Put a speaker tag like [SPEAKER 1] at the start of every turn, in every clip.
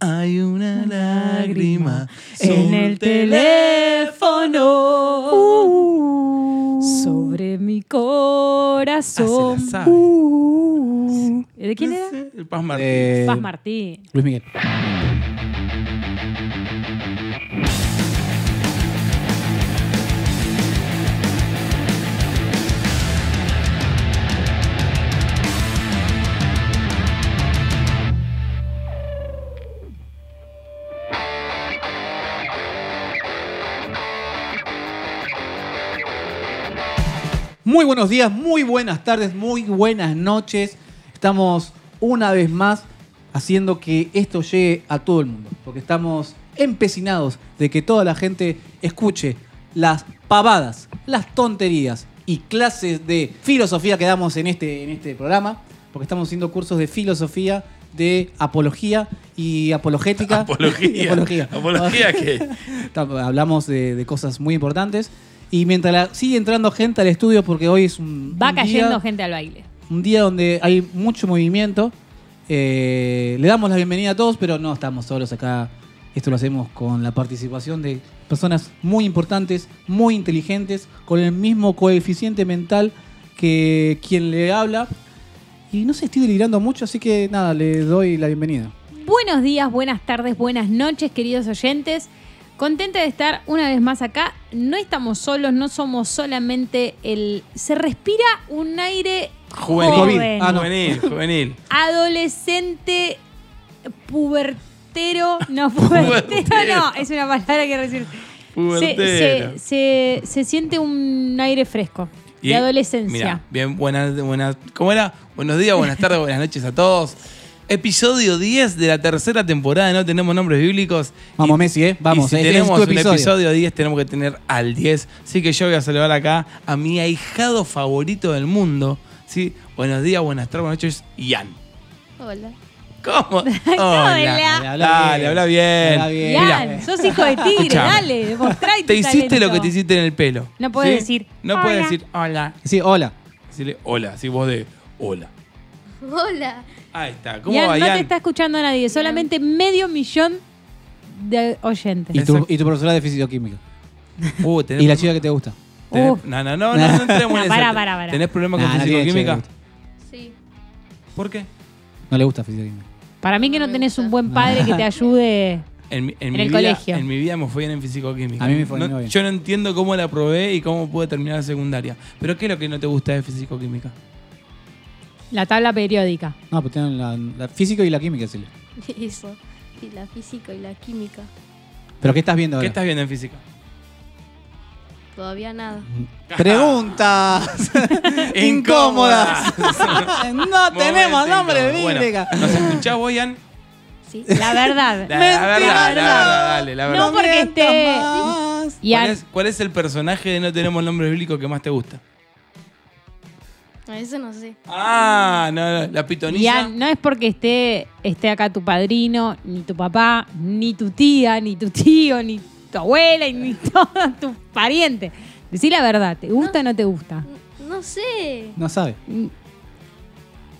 [SPEAKER 1] Hay una lágrima
[SPEAKER 2] en el teléfono
[SPEAKER 1] Uh.
[SPEAKER 2] sobre
[SPEAKER 3] Ah,
[SPEAKER 2] mi corazón.
[SPEAKER 1] Ah, se la sabe.
[SPEAKER 2] Uh, ¿De quién era?
[SPEAKER 1] El Paz Martín.
[SPEAKER 3] Eh,
[SPEAKER 2] Paz Martín.
[SPEAKER 3] Luis Miguel. Muy buenos días, muy buenas tardes, muy buenas noches. Estamos una vez más haciendo que esto llegue a todo el mundo, porque estamos empecinados de que toda la gente escuche las pavadas, las tonterías y clases de filosofía que damos en este, en este programa, porque estamos haciendo cursos de filosofía, de apología y apologética. Y
[SPEAKER 1] Apología.
[SPEAKER 3] apología.
[SPEAKER 1] Apología que.
[SPEAKER 3] Tam- Hablamos de, de cosas muy importantes. Y mientras la- sigue entrando gente al estudio, porque hoy es un,
[SPEAKER 2] Va
[SPEAKER 3] un
[SPEAKER 2] cayendo
[SPEAKER 3] día,
[SPEAKER 2] gente al baile.
[SPEAKER 3] un día donde hay mucho movimiento. Eh, le damos la bienvenida a todos, pero no estamos solos acá. Esto lo hacemos con la participación de personas muy importantes, muy inteligentes, con el mismo coeficiente mental que quien le habla. Y no se estoy delirando mucho, así que nada, le doy la bienvenida.
[SPEAKER 2] Buenos días, buenas tardes, buenas noches, queridos oyentes. Contenta de estar una vez más acá. No estamos solos, no somos solamente el... Se respira un aire
[SPEAKER 1] Juvenil.
[SPEAKER 2] joven,
[SPEAKER 3] Ah, no.
[SPEAKER 1] Juvenil, juvenil.
[SPEAKER 2] adolescente, pubertero. No, pubertero no, es una palabra que recién... Se,
[SPEAKER 1] Pubertero.
[SPEAKER 2] se- se- se siente un aire fresco
[SPEAKER 1] Y-
[SPEAKER 2] de adolescencia.
[SPEAKER 1] Mirá, bien, buenas, buenas. ¿Cómo era? Buenos días, buenas tardes, buenas noches a todos. Episodio 10 de la tercera temporada, de no tenemos nombres bíblicos.
[SPEAKER 3] Vamos, Messi, ¿eh? Vamos,
[SPEAKER 1] y si
[SPEAKER 3] eh, este es
[SPEAKER 1] tenemos
[SPEAKER 3] tu
[SPEAKER 1] un
[SPEAKER 3] episodio.
[SPEAKER 1] episodio 10, tenemos que tener al 10. Así que yo voy a saludar acá a mi ahijado favorito del mundo. ¿sí? Buenos días, buenas tardes, buenas noches, Ian.
[SPEAKER 4] Hola.
[SPEAKER 1] ¿Cómo?
[SPEAKER 2] Hola.
[SPEAKER 3] Dale,
[SPEAKER 1] Dale, habla bien.
[SPEAKER 3] Habla bien.
[SPEAKER 2] Ian,
[SPEAKER 3] Mirá.
[SPEAKER 2] sos hijo de tigre,
[SPEAKER 1] Escuchame.
[SPEAKER 2] dale, mostrá
[SPEAKER 1] Te hiciste lo que te hiciste en el pelo.
[SPEAKER 2] No podés decir,
[SPEAKER 1] No puedes
[SPEAKER 2] "Hola".
[SPEAKER 1] decir hola.
[SPEAKER 3] Sí, hola.
[SPEAKER 1] Decirle hola, así vos de hola.
[SPEAKER 4] Hola.
[SPEAKER 1] Ahí está. ¿Cómo
[SPEAKER 2] Ian,
[SPEAKER 1] va,
[SPEAKER 2] no
[SPEAKER 1] Ian?
[SPEAKER 2] te está escuchando nadie, solamente medio millón de
[SPEAKER 3] Y
[SPEAKER 2] oyentes.
[SPEAKER 3] tu,
[SPEAKER 1] Exacto.
[SPEAKER 3] y tu profesora de físico-química.
[SPEAKER 1] Uh, tenés
[SPEAKER 3] Y la
[SPEAKER 1] problema-
[SPEAKER 3] chica que te gusta.
[SPEAKER 1] tenés-
[SPEAKER 2] Uf.
[SPEAKER 1] No, no, no, no, no entremos en
[SPEAKER 2] No, pará,
[SPEAKER 1] eso.
[SPEAKER 2] pará, pará.
[SPEAKER 1] ¿Tenés problemas
[SPEAKER 3] Nah,
[SPEAKER 1] con
[SPEAKER 3] no tiene chica
[SPEAKER 1] fisicoquímica?
[SPEAKER 3] que le gusta.
[SPEAKER 4] Sí.
[SPEAKER 1] ¿Por qué?
[SPEAKER 3] No le gusta físico-química.
[SPEAKER 2] Para mí que
[SPEAKER 4] No
[SPEAKER 2] no
[SPEAKER 4] me
[SPEAKER 2] tenés
[SPEAKER 4] gusta.
[SPEAKER 2] un buen padre que te ayude.
[SPEAKER 1] En, mi- en
[SPEAKER 2] En
[SPEAKER 1] mi
[SPEAKER 2] el
[SPEAKER 1] vida,
[SPEAKER 2] colegio.
[SPEAKER 1] En mi vida me fue bien en fisicoquímica.
[SPEAKER 3] A mí me fue
[SPEAKER 1] No-
[SPEAKER 3] muy bien.
[SPEAKER 1] Yo no entiendo cómo la probé y cómo pude terminar la secundaria. Pero ¿qué es lo que no te gusta de fisicoquímica?
[SPEAKER 2] La tabla periódica.
[SPEAKER 3] No, pues tienen la, la físico y la química, sí.
[SPEAKER 4] Eso. Y la física y la química.
[SPEAKER 3] ¿Pero qué estás viendo
[SPEAKER 1] ¿Qué
[SPEAKER 3] ahora?
[SPEAKER 1] estás viendo en física?
[SPEAKER 4] Todavía nada.
[SPEAKER 3] Preguntas incómodas. no tenemos
[SPEAKER 1] Momento
[SPEAKER 3] nombre,
[SPEAKER 1] incómodo. Bueno,
[SPEAKER 3] bíblica.
[SPEAKER 1] ¿Nos escuchás, Boyan?
[SPEAKER 4] Sí.
[SPEAKER 2] La verdad.
[SPEAKER 1] La, la verdad, la verdad, dale, la verdad.
[SPEAKER 2] No, porque
[SPEAKER 3] mientas
[SPEAKER 2] esté-
[SPEAKER 3] más.
[SPEAKER 1] ¿Cuál
[SPEAKER 2] Ian,
[SPEAKER 1] es, cuál es el personaje de No Tenemos Nombres Bíblicos que más te gusta?
[SPEAKER 4] No, Eso no sé.
[SPEAKER 1] Ah, no, no, la pitonisa.
[SPEAKER 2] Ian, no es porque esté, esté acá tu padrino, ni tu papá, ni tu tía, ni tu tío, ni tu abuela, y ni todos tus parientes. Decí la verdad, ¿te gusta o no te gusta?
[SPEAKER 4] N- No sé.
[SPEAKER 3] No sabe.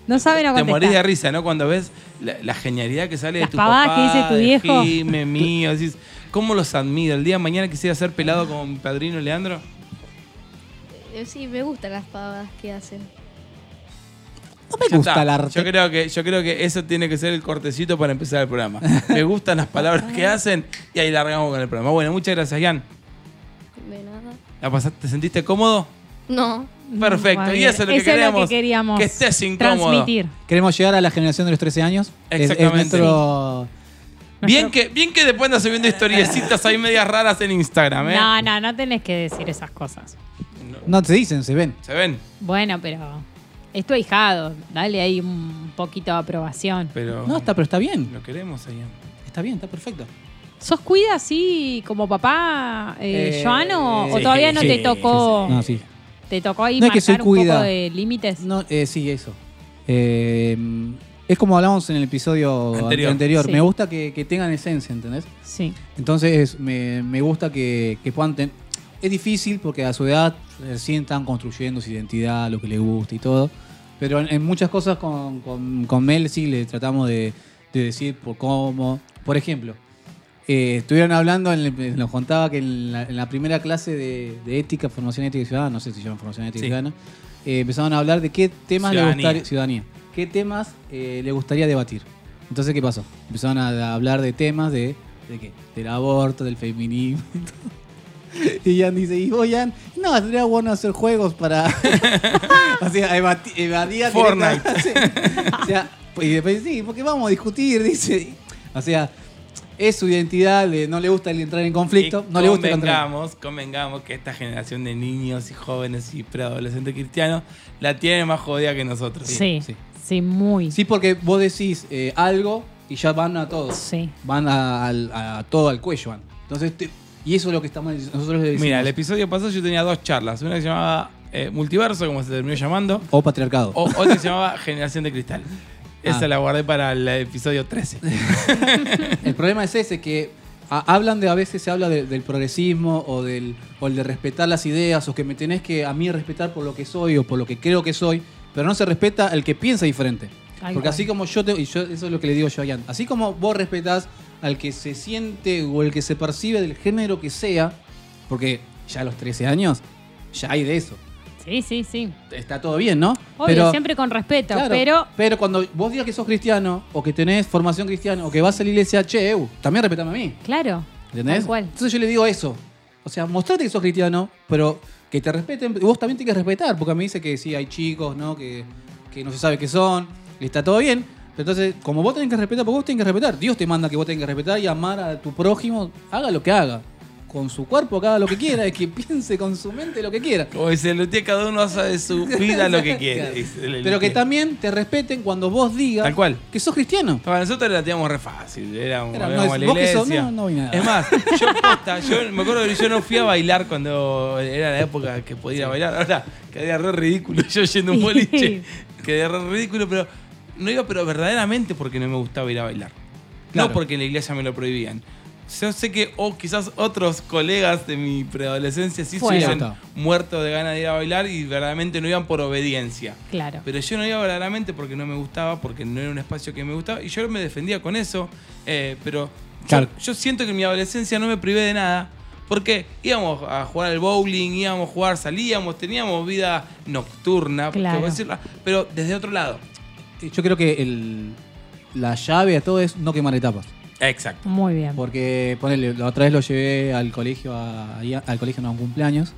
[SPEAKER 2] No saben no
[SPEAKER 1] Te morís de
[SPEAKER 2] contestar.
[SPEAKER 1] risa, ¿no? Cuando ves la, la genialidad que sale
[SPEAKER 2] Las
[SPEAKER 1] de tu
[SPEAKER 2] pavadas
[SPEAKER 1] papá.
[SPEAKER 2] que dice tu
[SPEAKER 1] de
[SPEAKER 2] viejo.
[SPEAKER 1] Jime, mío. Decís, ¿Cómo los admiro? El día de mañana quisiera ser pelado como mi padrino Leandro.
[SPEAKER 4] Eh, Sí, me gustan las pavadas que hacen.
[SPEAKER 3] No me
[SPEAKER 1] Ya
[SPEAKER 3] gusta
[SPEAKER 1] está.
[SPEAKER 3] el arte.
[SPEAKER 1] Yo creo, que, yo creo que eso tiene que ser el cortecito para empezar el programa. Me gustan las palabras que hacen y ahí largamos con el programa. Bueno, muchas gracias, Ian.
[SPEAKER 4] De nada.
[SPEAKER 1] ¿La pasaste, ¿Te sentiste cómodo?
[SPEAKER 4] No.
[SPEAKER 1] Perfecto.
[SPEAKER 2] Javier,
[SPEAKER 1] y eso es lo que
[SPEAKER 2] eso es lo
[SPEAKER 1] queríamos.
[SPEAKER 2] que queríamos
[SPEAKER 1] que estés incómodo.
[SPEAKER 2] Transmitir.
[SPEAKER 3] Queremos llegar a la generación de los 13 años. Es- Es,
[SPEAKER 1] Exactamente.
[SPEAKER 3] nuestro...
[SPEAKER 1] Bien que, bien que después andas subiendo historiecitas ahí medias raras en Instagram, ¿eh?
[SPEAKER 2] No, no, no tenés que decir esas cosas.
[SPEAKER 3] No te dicen, se ven.
[SPEAKER 1] ¿Se ven?
[SPEAKER 2] Bueno, pero es tu ahijado. Dale ahí un poquito de aprobación.
[SPEAKER 1] Pero.
[SPEAKER 3] No, está, pero está bien.
[SPEAKER 1] Lo queremos, Ian.
[SPEAKER 3] Está bien, está perfecto.
[SPEAKER 2] ¿Sos cuida así como papá, eh,
[SPEAKER 3] Eh,
[SPEAKER 2] Joan, o, o
[SPEAKER 3] sí,
[SPEAKER 2] todavía no
[SPEAKER 3] sí,
[SPEAKER 2] te tocó?
[SPEAKER 3] No, sí.
[SPEAKER 2] ¿Te tocó ahí
[SPEAKER 3] No es
[SPEAKER 2] marcar
[SPEAKER 3] que soy
[SPEAKER 2] un
[SPEAKER 3] cuida.
[SPEAKER 2] poco de límites?
[SPEAKER 3] No, eh, sí, eso. Eh, es como hablamos en el episodio
[SPEAKER 1] Anterior.
[SPEAKER 3] anterior.
[SPEAKER 2] Sí.
[SPEAKER 3] Me gusta que, que tengan esencia, ¿entendés?
[SPEAKER 2] Sí.
[SPEAKER 3] Entonces me, me gusta que, que puedan tener... Es difícil porque a su edad recién están construyendo su identidad, lo que les gusta y todo. Pero en, en muchas cosas con, con- con Mel sí le tratamos de, de decir por cómo. Por ejemplo, eh, estuvieron hablando, en el- nos contaba que en la, en la primera clase de, de ética, formación ética y ciudadana, no sé si llaman formación ética
[SPEAKER 1] Sí.
[SPEAKER 3] y ciudadana, eh, empezaron a hablar de qué temas le
[SPEAKER 1] Ciudadanía.
[SPEAKER 3] gustaría. Ciudadanía. ¿Qué temas eh, le gustaría debatir? Entonces, ¿qué pasó? Empezaron a, a hablar de temas de. ¿De qué? Del aborto, del feminismo. Y Ian dice, y vos, Ian, no, sería bueno hacer juegos para... o sea, evati- evadía...
[SPEAKER 1] Fortnite.
[SPEAKER 3] directamente. o sea, pues, y después sí, porque vamos a discutir, dice. O sea, es su identidad, le- no le gusta el entrar en conflicto,
[SPEAKER 1] Y
[SPEAKER 3] no le gusta el entrar.
[SPEAKER 1] Convengamos, convengamos que esta generación de niños y jóvenes y preadolescentes cristianos la tiene más jodida que nosotros.
[SPEAKER 2] Sí,
[SPEAKER 3] sí.
[SPEAKER 2] sí, muy.
[SPEAKER 3] Sí, porque vos decís eh, algo y ya van a todos.
[SPEAKER 2] Sí.
[SPEAKER 3] Van a, al- a todo al cuello, van. Entonces, te- y eso es lo que estamos nosotros le decimos.
[SPEAKER 1] Mira, el episodio pasado yo tenía dos charlas. Una que se llamaba eh, Multiverso, como se terminó llamando,
[SPEAKER 3] O patriarcado.
[SPEAKER 1] o otra que se llamaba Generación de Cristal. Esa
[SPEAKER 3] Ah.
[SPEAKER 1] la guardé para el episodio 13.
[SPEAKER 3] El problema es ese, que a- hablan de, a veces se habla de- del progresismo o del o el de respetar las ideas o que me tenés que a mí respetar por lo que soy o por lo que creo que soy, pero no se respeta el que piensa diferente.
[SPEAKER 2] Tal
[SPEAKER 3] Porque
[SPEAKER 2] cual.
[SPEAKER 3] así como yo, te, y yo, eso es lo que le digo yo a Ian, así como vos respetás al que se siente o el que se percibe del género que sea, porque ya a los 13 años ya hay de eso.
[SPEAKER 2] Sí, sí, sí.
[SPEAKER 3] Está todo bien, ¿no?
[SPEAKER 2] Obvio, siempre con respeto,
[SPEAKER 3] Claro,
[SPEAKER 2] pero
[SPEAKER 3] cuando vos digas que sos cristiano o que tenés formación cristiana o que vas a la iglesia, che, eu, también respetame a mí.
[SPEAKER 2] claro.
[SPEAKER 3] ¿Entendés?
[SPEAKER 2] Tal cual.
[SPEAKER 3] Entonces yo le digo eso. O sea, mostrate que sos cristiano, pero que te respeten. Vos también tenés que respetar, porque a mí dice que sí, hay chicos, ¿no? Que, que no se sabe qué son, y está todo bien. Pero entonces, como vos tenés que respetar, porque vos tenés que respetar. Dios te manda que vos tenés que respetar y amar a tu prójimo, haga lo que haga. Con su cuerpo, que haga lo que quiera, y que piense con su mente lo que quiera.
[SPEAKER 1] Como dice Lutier, cada uno hace de su vida lo que quiere. dice el
[SPEAKER 3] Pero que
[SPEAKER 1] Lutier.
[SPEAKER 3] también te respeten cuando vos digas
[SPEAKER 1] Tal cual.
[SPEAKER 3] que sos cristiano.
[SPEAKER 1] Para nosotros la teníamos re fácil. Éramos,
[SPEAKER 3] Era, no,
[SPEAKER 1] íbamos
[SPEAKER 3] es-
[SPEAKER 1] a la
[SPEAKER 3] vos que sos-
[SPEAKER 1] iglesia.
[SPEAKER 3] no, no vi nada.
[SPEAKER 1] Es más, yo posta, yo me acuerdo que yo no fui a bailar cuando era la época que podía ir a bailar. Ahora quedé re ridículo yo yendo a un boliche. quedé re ridículo, pero no iba, pero verdaderamente porque no me gustaba ir a bailar.
[SPEAKER 3] Claro.
[SPEAKER 1] No porque en la iglesia me lo prohibían. Yo sé que, o quizás otros colegas de mi preadolescencia sí se
[SPEAKER 2] Fueron.
[SPEAKER 1] hubiesen muerto de ganas de ir a bailar y verdaderamente no iban por obediencia.
[SPEAKER 2] Claro.
[SPEAKER 1] Pero yo no iba verdaderamente porque no me gustaba, porque no era un espacio que me gustaba. Y yo me defendía con eso. eh, pero yo-
[SPEAKER 3] Claro.
[SPEAKER 1] yo, siento que en mi adolescencia no me privé de nada. Porque íbamos a jugar al bowling, íbamos a jugar, salíamos, teníamos vida nocturna, por
[SPEAKER 2] Claro.
[SPEAKER 1] qué decirla, pero desde otro lado.
[SPEAKER 3] Eh, Yo creo que el- la llave a todo es no quemar etapas.
[SPEAKER 1] Exacto.
[SPEAKER 2] Muy bien.
[SPEAKER 3] Porque, ponele, la otra vez lo llevé al colegio, a- ahí a- al colegio no, a un cumpleaños.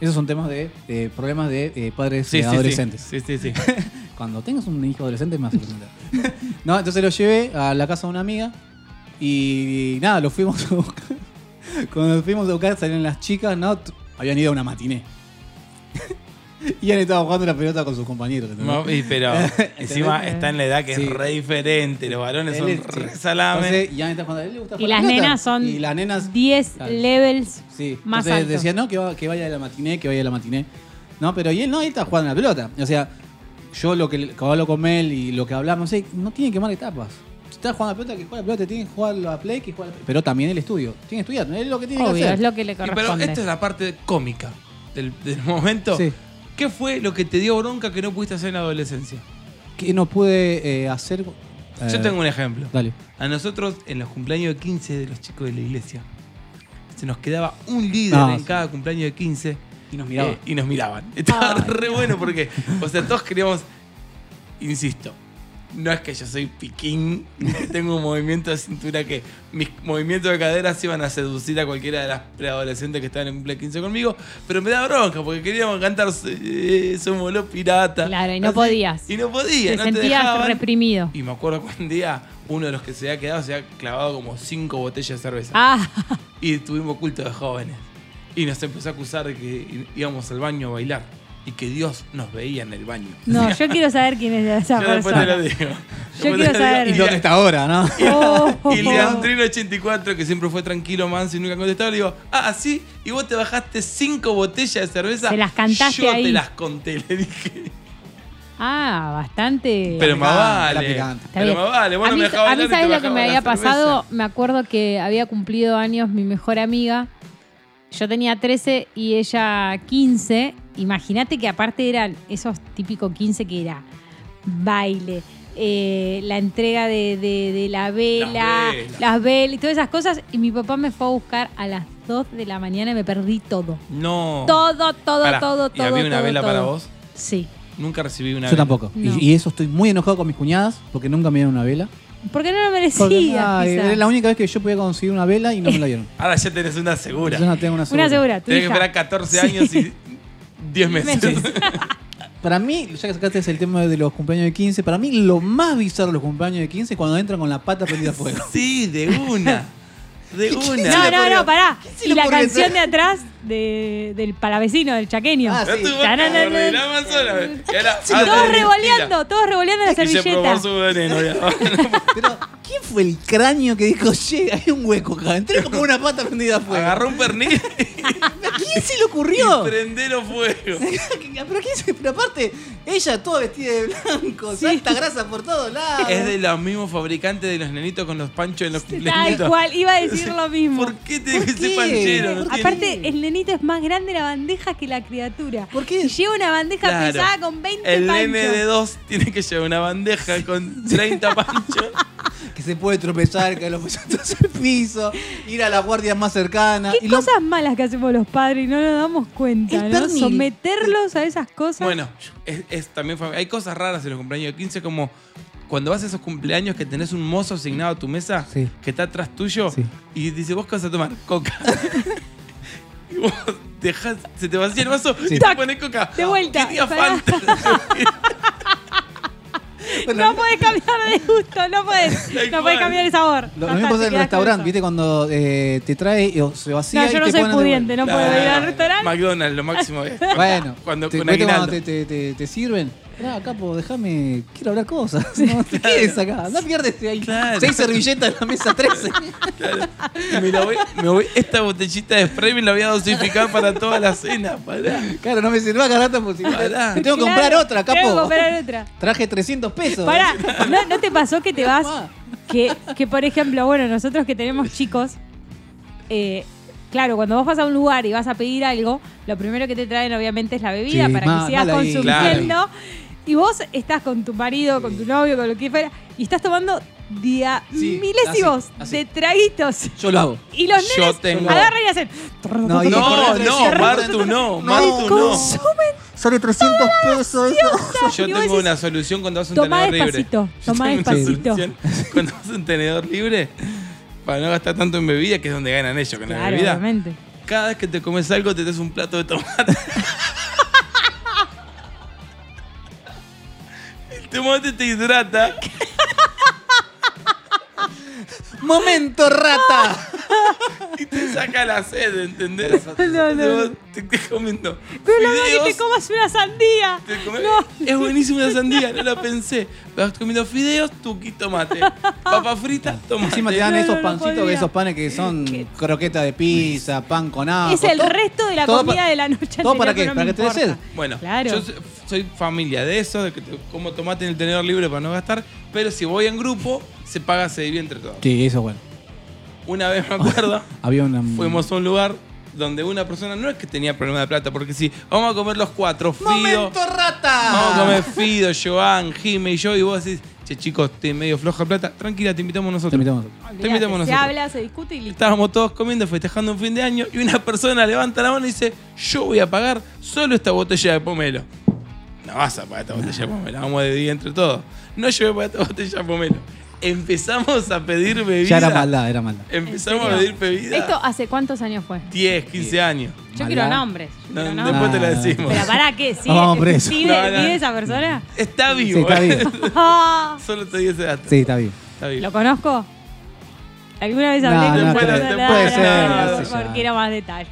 [SPEAKER 3] Esos son temas de, de problemas de eh, padres
[SPEAKER 1] Sí,
[SPEAKER 3] eh,
[SPEAKER 1] sí,
[SPEAKER 3] adolescentes.
[SPEAKER 1] Sí, sí, sí.
[SPEAKER 3] Cuando tengas un hijo adolescente, más No, entonces lo llevé a la casa de una amiga y nada, lo fuimos a buscar. Cuando lo fuimos a buscar salieron las chicas, ¿no? T- Habían ido a una matiné. y han estado jugando la pelota con sus compañeros. ¿entendés? Eh,
[SPEAKER 1] No, y pero encima está en la edad que
[SPEAKER 3] Sí.
[SPEAKER 1] es re diferente. Los varones son
[SPEAKER 3] Él es-
[SPEAKER 1] re
[SPEAKER 3] sí.
[SPEAKER 1] salames.
[SPEAKER 3] Entonces, Ian está jugando, a él le gusta
[SPEAKER 2] Y
[SPEAKER 3] jugar a
[SPEAKER 2] las
[SPEAKER 3] la pelota.
[SPEAKER 2] nenas son
[SPEAKER 3] Y las nenas
[SPEAKER 2] 10
[SPEAKER 3] Claro.
[SPEAKER 2] levels
[SPEAKER 3] Sí,
[SPEAKER 2] más
[SPEAKER 3] entonces
[SPEAKER 2] alto.
[SPEAKER 3] decía, no, que, va- que vaya a la matiné, que vaya a la matiné. No, pero y él no, él está jugando a la pelota. O sea, yo lo que que hablo con él y lo que hablamos, eh, no tiene que quemar etapas. Si estás jugando a la pelota, que juega a la pelota, tiene que jugar a play, que juega a la Pero también el estudio, tiene que estudiar, es lo que tiene que
[SPEAKER 2] Obvio,
[SPEAKER 3] hacer.
[SPEAKER 2] es lo que le
[SPEAKER 1] Y pero
[SPEAKER 2] corresponde.
[SPEAKER 1] esta es la parte cómica del, del momento.
[SPEAKER 3] Sí.
[SPEAKER 1] ¿Qué fue lo que te dio bronca que no pudiste hacer en la adolescencia?
[SPEAKER 3] Que no pude eh, hacer. eh,
[SPEAKER 1] Yo tengo un ejemplo.
[SPEAKER 3] Dale.
[SPEAKER 1] A nosotros, en los cumpleaños de 15 de los chicos de la iglesia, se nos quedaba un líder
[SPEAKER 3] No,
[SPEAKER 1] en
[SPEAKER 3] sí.
[SPEAKER 1] cada cumpleaños de 15
[SPEAKER 3] Y nos miraba.
[SPEAKER 1] eh, y nos miraban. Estaba re bueno porque, o sea, todos queríamos, insisto, no es que yo soy piquín, ni que tengo un movimiento de cintura que mis movimientos de caderas iban a seducir a cualquiera de las preadolescentes que estaban en cumple 15 conmigo, pero me da bronca porque queríamos cantar eh, Somos los piratas.
[SPEAKER 2] Claro, y no podías.
[SPEAKER 1] Y no podía,
[SPEAKER 2] te
[SPEAKER 1] no te
[SPEAKER 2] sentías
[SPEAKER 1] dejaban.
[SPEAKER 2] reprimido.
[SPEAKER 1] Y me acuerdo que un día uno de los que se había quedado se había clavado como cinco botellas de cerveza.
[SPEAKER 2] Ah,
[SPEAKER 1] Y tuvimos culto de jóvenes. Y nos empezó a acusar de que íbamos al baño a bailar. Y que Dios nos veía en el baño.
[SPEAKER 2] no, yo quiero saber quién es esa
[SPEAKER 1] Yo después te lo
[SPEAKER 2] persona.
[SPEAKER 1] digo. Yo
[SPEAKER 2] quiero saber.
[SPEAKER 3] ¿Y dónde está ahora, no?
[SPEAKER 2] Oh, oh,
[SPEAKER 1] Y
[SPEAKER 2] oh.
[SPEAKER 1] Leandrino84, que siempre fue tranquilo, manso y nunca contestaba, le digo, ah, sí, y vos te bajaste cinco botellas de cerveza.
[SPEAKER 2] Se las cantaste
[SPEAKER 1] Yo te
[SPEAKER 2] ahí.
[SPEAKER 1] las conté, le dije.
[SPEAKER 2] Ah, bastante.
[SPEAKER 1] Pero más
[SPEAKER 3] picante, la
[SPEAKER 1] vale.
[SPEAKER 3] picante.
[SPEAKER 2] Está
[SPEAKER 1] Pero
[SPEAKER 2] bien.
[SPEAKER 1] más vale, vos
[SPEAKER 2] a
[SPEAKER 1] no
[SPEAKER 2] mí,
[SPEAKER 1] me dejabas
[SPEAKER 2] a mí
[SPEAKER 1] bailar y te
[SPEAKER 2] ¿sabés lo que
[SPEAKER 1] bajabas
[SPEAKER 2] me
[SPEAKER 1] la
[SPEAKER 2] había
[SPEAKER 1] cerveza.
[SPEAKER 2] pasado? Me acuerdo que había cumplido años mi mejor amiga. Yo tenía 13 y ella 15. Imagínate que aparte eran esos típicos 15 que era baile, eh, la entrega de, de- de la vela,
[SPEAKER 1] velas.
[SPEAKER 2] las velas y todas esas cosas. Y mi papá me fue a buscar a las 2 de la mañana y me perdí todo.
[SPEAKER 1] No.
[SPEAKER 2] Todo, todo,
[SPEAKER 1] Oh. Pará,
[SPEAKER 2] todo, todo.
[SPEAKER 1] ¿Y había una
[SPEAKER 2] todo,
[SPEAKER 1] vela para
[SPEAKER 2] todo.
[SPEAKER 1] vos?
[SPEAKER 2] Sí.
[SPEAKER 1] Nunca recibí una
[SPEAKER 3] Yo
[SPEAKER 1] vela.
[SPEAKER 3] tampoco.
[SPEAKER 2] No.
[SPEAKER 3] Y, y eso estoy muy enojado con mis cuñadas porque nunca me dieron una vela.
[SPEAKER 2] Porque no lo
[SPEAKER 3] Porque,
[SPEAKER 2] merecía.
[SPEAKER 3] ay,
[SPEAKER 2] quizá.
[SPEAKER 3] era la única vez que yo podía conseguir una vela y no me la dieron.
[SPEAKER 1] Ahora ya tenés una segura.
[SPEAKER 3] Yo no tengo una segura.
[SPEAKER 2] Una segura, tu
[SPEAKER 1] Tenés que
[SPEAKER 2] hija.
[SPEAKER 1] esperar 14 años y 10 meses.
[SPEAKER 2] Meses.
[SPEAKER 3] Para mí, ya que sacaste el tema de los cumpleaños de 15, para mí lo más bizarro de los cumpleaños de 15 es cuando entran con la pata prendida a fuego.
[SPEAKER 1] sí, de una. De una.
[SPEAKER 2] No, no,
[SPEAKER 3] podría-
[SPEAKER 2] no, pará.
[SPEAKER 3] ¿Quién se
[SPEAKER 2] Y
[SPEAKER 3] le
[SPEAKER 2] la
[SPEAKER 3] ocurre
[SPEAKER 2] canción
[SPEAKER 3] eso?
[SPEAKER 2] de atrás de- del palavecino, del chaqueño.
[SPEAKER 3] Ah,
[SPEAKER 1] Ya
[SPEAKER 3] sí.
[SPEAKER 1] tuvo
[SPEAKER 2] Taranana.
[SPEAKER 1] que volver, la más sola. Y ahora- ah,
[SPEAKER 2] Todos
[SPEAKER 1] ahora-
[SPEAKER 2] revoleando, todos revoleando la
[SPEAKER 1] Y se probó
[SPEAKER 2] servilleta.
[SPEAKER 1] su veneno. ya.
[SPEAKER 3] Pero, ¿quién fue el cráneo que dijo, llega, hay un hueco acá? Entremos con una pata prendida a fuego.
[SPEAKER 1] Agarró un pernil
[SPEAKER 3] ¿A quién se le
[SPEAKER 1] y
[SPEAKER 3] ocurrió?
[SPEAKER 1] prendelo fuego.
[SPEAKER 3] Pero, ¿quién se- pero aparte, ella toda vestida de blanco, salta grasa por todos lados.
[SPEAKER 1] Es de los mismos fabricantes de los nenitos con los panchos en los
[SPEAKER 2] Tal
[SPEAKER 1] cumpleaños.
[SPEAKER 2] cual, iba a decir lo mismo.
[SPEAKER 1] ¿Por qué tiene que
[SPEAKER 3] ¿Por
[SPEAKER 1] ser
[SPEAKER 3] qué?
[SPEAKER 1] panchero? No tiene-
[SPEAKER 2] Aparte, el nenito es más grande la bandeja que la criatura.
[SPEAKER 3] ¿Por qué?
[SPEAKER 2] Y lleva una bandeja
[SPEAKER 1] Claro.
[SPEAKER 2] pesada con 20
[SPEAKER 1] El
[SPEAKER 2] panchos.
[SPEAKER 1] nene de dos tiene que llevar una bandeja con 30 panchos.
[SPEAKER 3] Que se puede tropezar, que los pesados al piso, ir a la guardia más cercana.
[SPEAKER 2] Qué
[SPEAKER 3] y lo-
[SPEAKER 2] cosas malas que hacemos los padres y no nos damos cuenta,
[SPEAKER 3] El
[SPEAKER 2] ¿no?
[SPEAKER 3] pernil.
[SPEAKER 2] Someterlos a esas cosas.
[SPEAKER 1] Bueno, es, es también fam- hay cosas raras en los cumpleaños de 15 como cuando vas a esos cumpleaños que tenés un mozo asignado a tu mesa
[SPEAKER 3] Sí.
[SPEAKER 1] que está atrás tuyo
[SPEAKER 3] Sí.
[SPEAKER 1] y dice, "Vos qué vas a tomar coca." y vos dejás, se te vacía el vaso y te
[SPEAKER 2] Tac.
[SPEAKER 1] pones coca.
[SPEAKER 2] De vuelta.
[SPEAKER 1] ¿Qué día
[SPEAKER 2] Pará.
[SPEAKER 1] Fanta?
[SPEAKER 3] Bueno,
[SPEAKER 2] No podés cambiar de gusto, no podés.
[SPEAKER 1] Tal
[SPEAKER 2] No
[SPEAKER 1] cual.
[SPEAKER 2] podés cambiar de sabor.
[SPEAKER 3] Lo,
[SPEAKER 2] Ya
[SPEAKER 3] lo mismo
[SPEAKER 2] está, te
[SPEAKER 3] pasa en el
[SPEAKER 2] quedás con
[SPEAKER 3] restaurante,
[SPEAKER 2] eso.
[SPEAKER 3] ¿viste? Cuando eh, te trae o se vacía
[SPEAKER 2] No,
[SPEAKER 3] y
[SPEAKER 2] yo no
[SPEAKER 3] te
[SPEAKER 2] soy
[SPEAKER 3] ponen de
[SPEAKER 2] pudiente, no
[SPEAKER 3] vuelta.
[SPEAKER 2] puedo ir al restaurante.
[SPEAKER 1] McDonald's, lo máximo es.
[SPEAKER 3] Bueno,
[SPEAKER 1] Cuando-
[SPEAKER 3] te,
[SPEAKER 1] con
[SPEAKER 3] ¿viste cuando
[SPEAKER 1] aguinaldo.
[SPEAKER 3] te, te- te- te sirven. Ah, capo, déjame, quiero hablar cosas. No te quedes acá, no pierdes ahí.
[SPEAKER 1] Claro.
[SPEAKER 3] Seis servilletas en la mesa 13.
[SPEAKER 1] Me, la voy, me voy- esta botellita de spray me la voy a dosificar para toda la cena, pará.
[SPEAKER 3] claro, no me sirva garata porque
[SPEAKER 1] Pará.
[SPEAKER 3] Te tengo que comprar
[SPEAKER 2] Claro,
[SPEAKER 3] otra,
[SPEAKER 2] Tengo que
[SPEAKER 3] capo.
[SPEAKER 2] comprar otra.
[SPEAKER 3] Traje 300 pesos.
[SPEAKER 2] Pará, ¿no, no te pasó que te
[SPEAKER 3] Mirá,
[SPEAKER 2] vas?
[SPEAKER 3] mamá.
[SPEAKER 2] Que, que, por ejemplo, bueno, nosotros que tenemos chicos, eh, claro, cuando vos vas a un lugar y vas a pedir algo, lo primero que te traen obviamente es la bebida
[SPEAKER 3] Sí,
[SPEAKER 2] para
[SPEAKER 3] ma-
[SPEAKER 2] que sigas
[SPEAKER 3] mal ahí,
[SPEAKER 2] consumiendo. Y vos estás con tu marido, con tu novio, con lo que fuera, y estás tomando día
[SPEAKER 3] Sí,
[SPEAKER 2] milésimos
[SPEAKER 3] así, así.
[SPEAKER 2] de traguitos.
[SPEAKER 3] Yo lo hago.
[SPEAKER 2] Y los
[SPEAKER 1] Yo
[SPEAKER 2] nenes
[SPEAKER 1] tengo-
[SPEAKER 2] agarran y hacen.
[SPEAKER 3] No, y-
[SPEAKER 1] No,
[SPEAKER 3] Corre,
[SPEAKER 1] no,
[SPEAKER 3] corre,
[SPEAKER 1] Martu no, Martu no.
[SPEAKER 2] Consumen
[SPEAKER 3] Sale 300 pesos.
[SPEAKER 1] Yo
[SPEAKER 2] Y vos
[SPEAKER 1] tengo
[SPEAKER 2] decís,
[SPEAKER 1] una solución cuando vas a un
[SPEAKER 2] "Tomá
[SPEAKER 1] tenedor libre.
[SPEAKER 2] despacito,
[SPEAKER 1] Yo
[SPEAKER 2] tomá
[SPEAKER 1] tengo una
[SPEAKER 2] despacito".
[SPEAKER 1] solución Cuando vas a un tenedor libre, para no gastar tanto en bebida, que es donde ganan ellos con la
[SPEAKER 2] Claro,
[SPEAKER 1] bebida.
[SPEAKER 2] obviamente.
[SPEAKER 1] Cada vez que te comes algo, te des un plato de tomate. El tomate te hidrata.
[SPEAKER 3] Momento rata.
[SPEAKER 1] y te saca la sed, ¿entendés?
[SPEAKER 2] No, no,
[SPEAKER 1] Vos
[SPEAKER 2] no.
[SPEAKER 1] Te, te comiendo
[SPEAKER 2] Pero la verdad que
[SPEAKER 1] fideos,
[SPEAKER 2] te comas una sandía.
[SPEAKER 1] te comes- Es buenísima la sandía, no la pensé. Vas comiendo fideos, tuqui, tomate. Papas fritas, tomate.
[SPEAKER 3] Encima te dan
[SPEAKER 2] No, no,
[SPEAKER 3] esos
[SPEAKER 2] no
[SPEAKER 3] pancitos,
[SPEAKER 2] podía.
[SPEAKER 3] esos panes que son
[SPEAKER 2] ¿Qué?
[SPEAKER 3] croqueta de pizza, pan con agua.
[SPEAKER 2] es el resto de la
[SPEAKER 3] Ah, pues todo
[SPEAKER 2] comida
[SPEAKER 3] pa-
[SPEAKER 2] de la noche.
[SPEAKER 3] ¿Todo
[SPEAKER 2] anterior,
[SPEAKER 3] para qué?
[SPEAKER 2] pero no
[SPEAKER 3] ¿Para
[SPEAKER 2] me
[SPEAKER 3] que te dé
[SPEAKER 2] importa.
[SPEAKER 3] sed?
[SPEAKER 1] Bueno,
[SPEAKER 2] Claro.
[SPEAKER 1] yo so- soy familia de eso, de que te- como tomate en el tenedor libre para no gastar, pero si voy en grupo, se paga, se divide entre todos.
[SPEAKER 3] Sí, eso es bueno.
[SPEAKER 1] Una vez me acuerdo,
[SPEAKER 3] Había una.
[SPEAKER 1] fuimos a un lugar donde una persona no es que tenía problema de plata, porque si vamos a comer los cuatro, Fido,
[SPEAKER 3] ¡Momento rata!
[SPEAKER 1] vamos a comer Fido, Joan, Jime y yo, y vos decís, che chicos, te medio floja de plata, tranquila, te invitamos nosotros.
[SPEAKER 3] Te invitamos.
[SPEAKER 2] Olvidate,
[SPEAKER 1] Te invitamos
[SPEAKER 2] se
[SPEAKER 1] nosotros.
[SPEAKER 2] habla, se discute y listo.
[SPEAKER 1] Estábamos todos comiendo, festejando un fin de año, y una persona levanta la mano y dice, yo voy a pagar solo esta botella de pomelo. No vas a pagar esta botella de pomelo, vamos a dividir entre todos. No yo voy a pagar esta botella de pomelo. Empezamos a pedir bebida.
[SPEAKER 3] Ya era maldad, era maldad.
[SPEAKER 1] Empezamos
[SPEAKER 2] ¿En
[SPEAKER 1] a
[SPEAKER 2] serio?
[SPEAKER 1] pedir bebida.
[SPEAKER 2] ¿Esto hace cuántos años fue?
[SPEAKER 1] 10, 15 años.
[SPEAKER 2] Yo
[SPEAKER 3] Maldad.
[SPEAKER 2] quiero nombres. yo
[SPEAKER 1] No,
[SPEAKER 2] quiero
[SPEAKER 1] no, después
[SPEAKER 2] nombres.
[SPEAKER 1] te la
[SPEAKER 3] Nah.
[SPEAKER 1] decimos.
[SPEAKER 2] Pero pará, ¿qué? ¿Sigue,
[SPEAKER 3] vamos preso.
[SPEAKER 2] ¿sigue,
[SPEAKER 1] No, no.
[SPEAKER 2] sigue esa persona?
[SPEAKER 1] Está
[SPEAKER 3] Sí,
[SPEAKER 1] vivo.
[SPEAKER 3] está
[SPEAKER 1] eh.
[SPEAKER 3] bien.
[SPEAKER 2] Ah,
[SPEAKER 1] Solo te di ese dato.
[SPEAKER 3] Sí, está bien.
[SPEAKER 1] Está vivo.
[SPEAKER 2] ¿Lo conozco? ¿Alguna vez hablé
[SPEAKER 3] No,
[SPEAKER 2] con
[SPEAKER 3] no,
[SPEAKER 2] esa
[SPEAKER 1] puede-
[SPEAKER 2] persona?
[SPEAKER 1] no puede ser,
[SPEAKER 2] no,
[SPEAKER 1] no
[SPEAKER 3] sé
[SPEAKER 2] porque
[SPEAKER 3] ya.
[SPEAKER 2] era más detalle.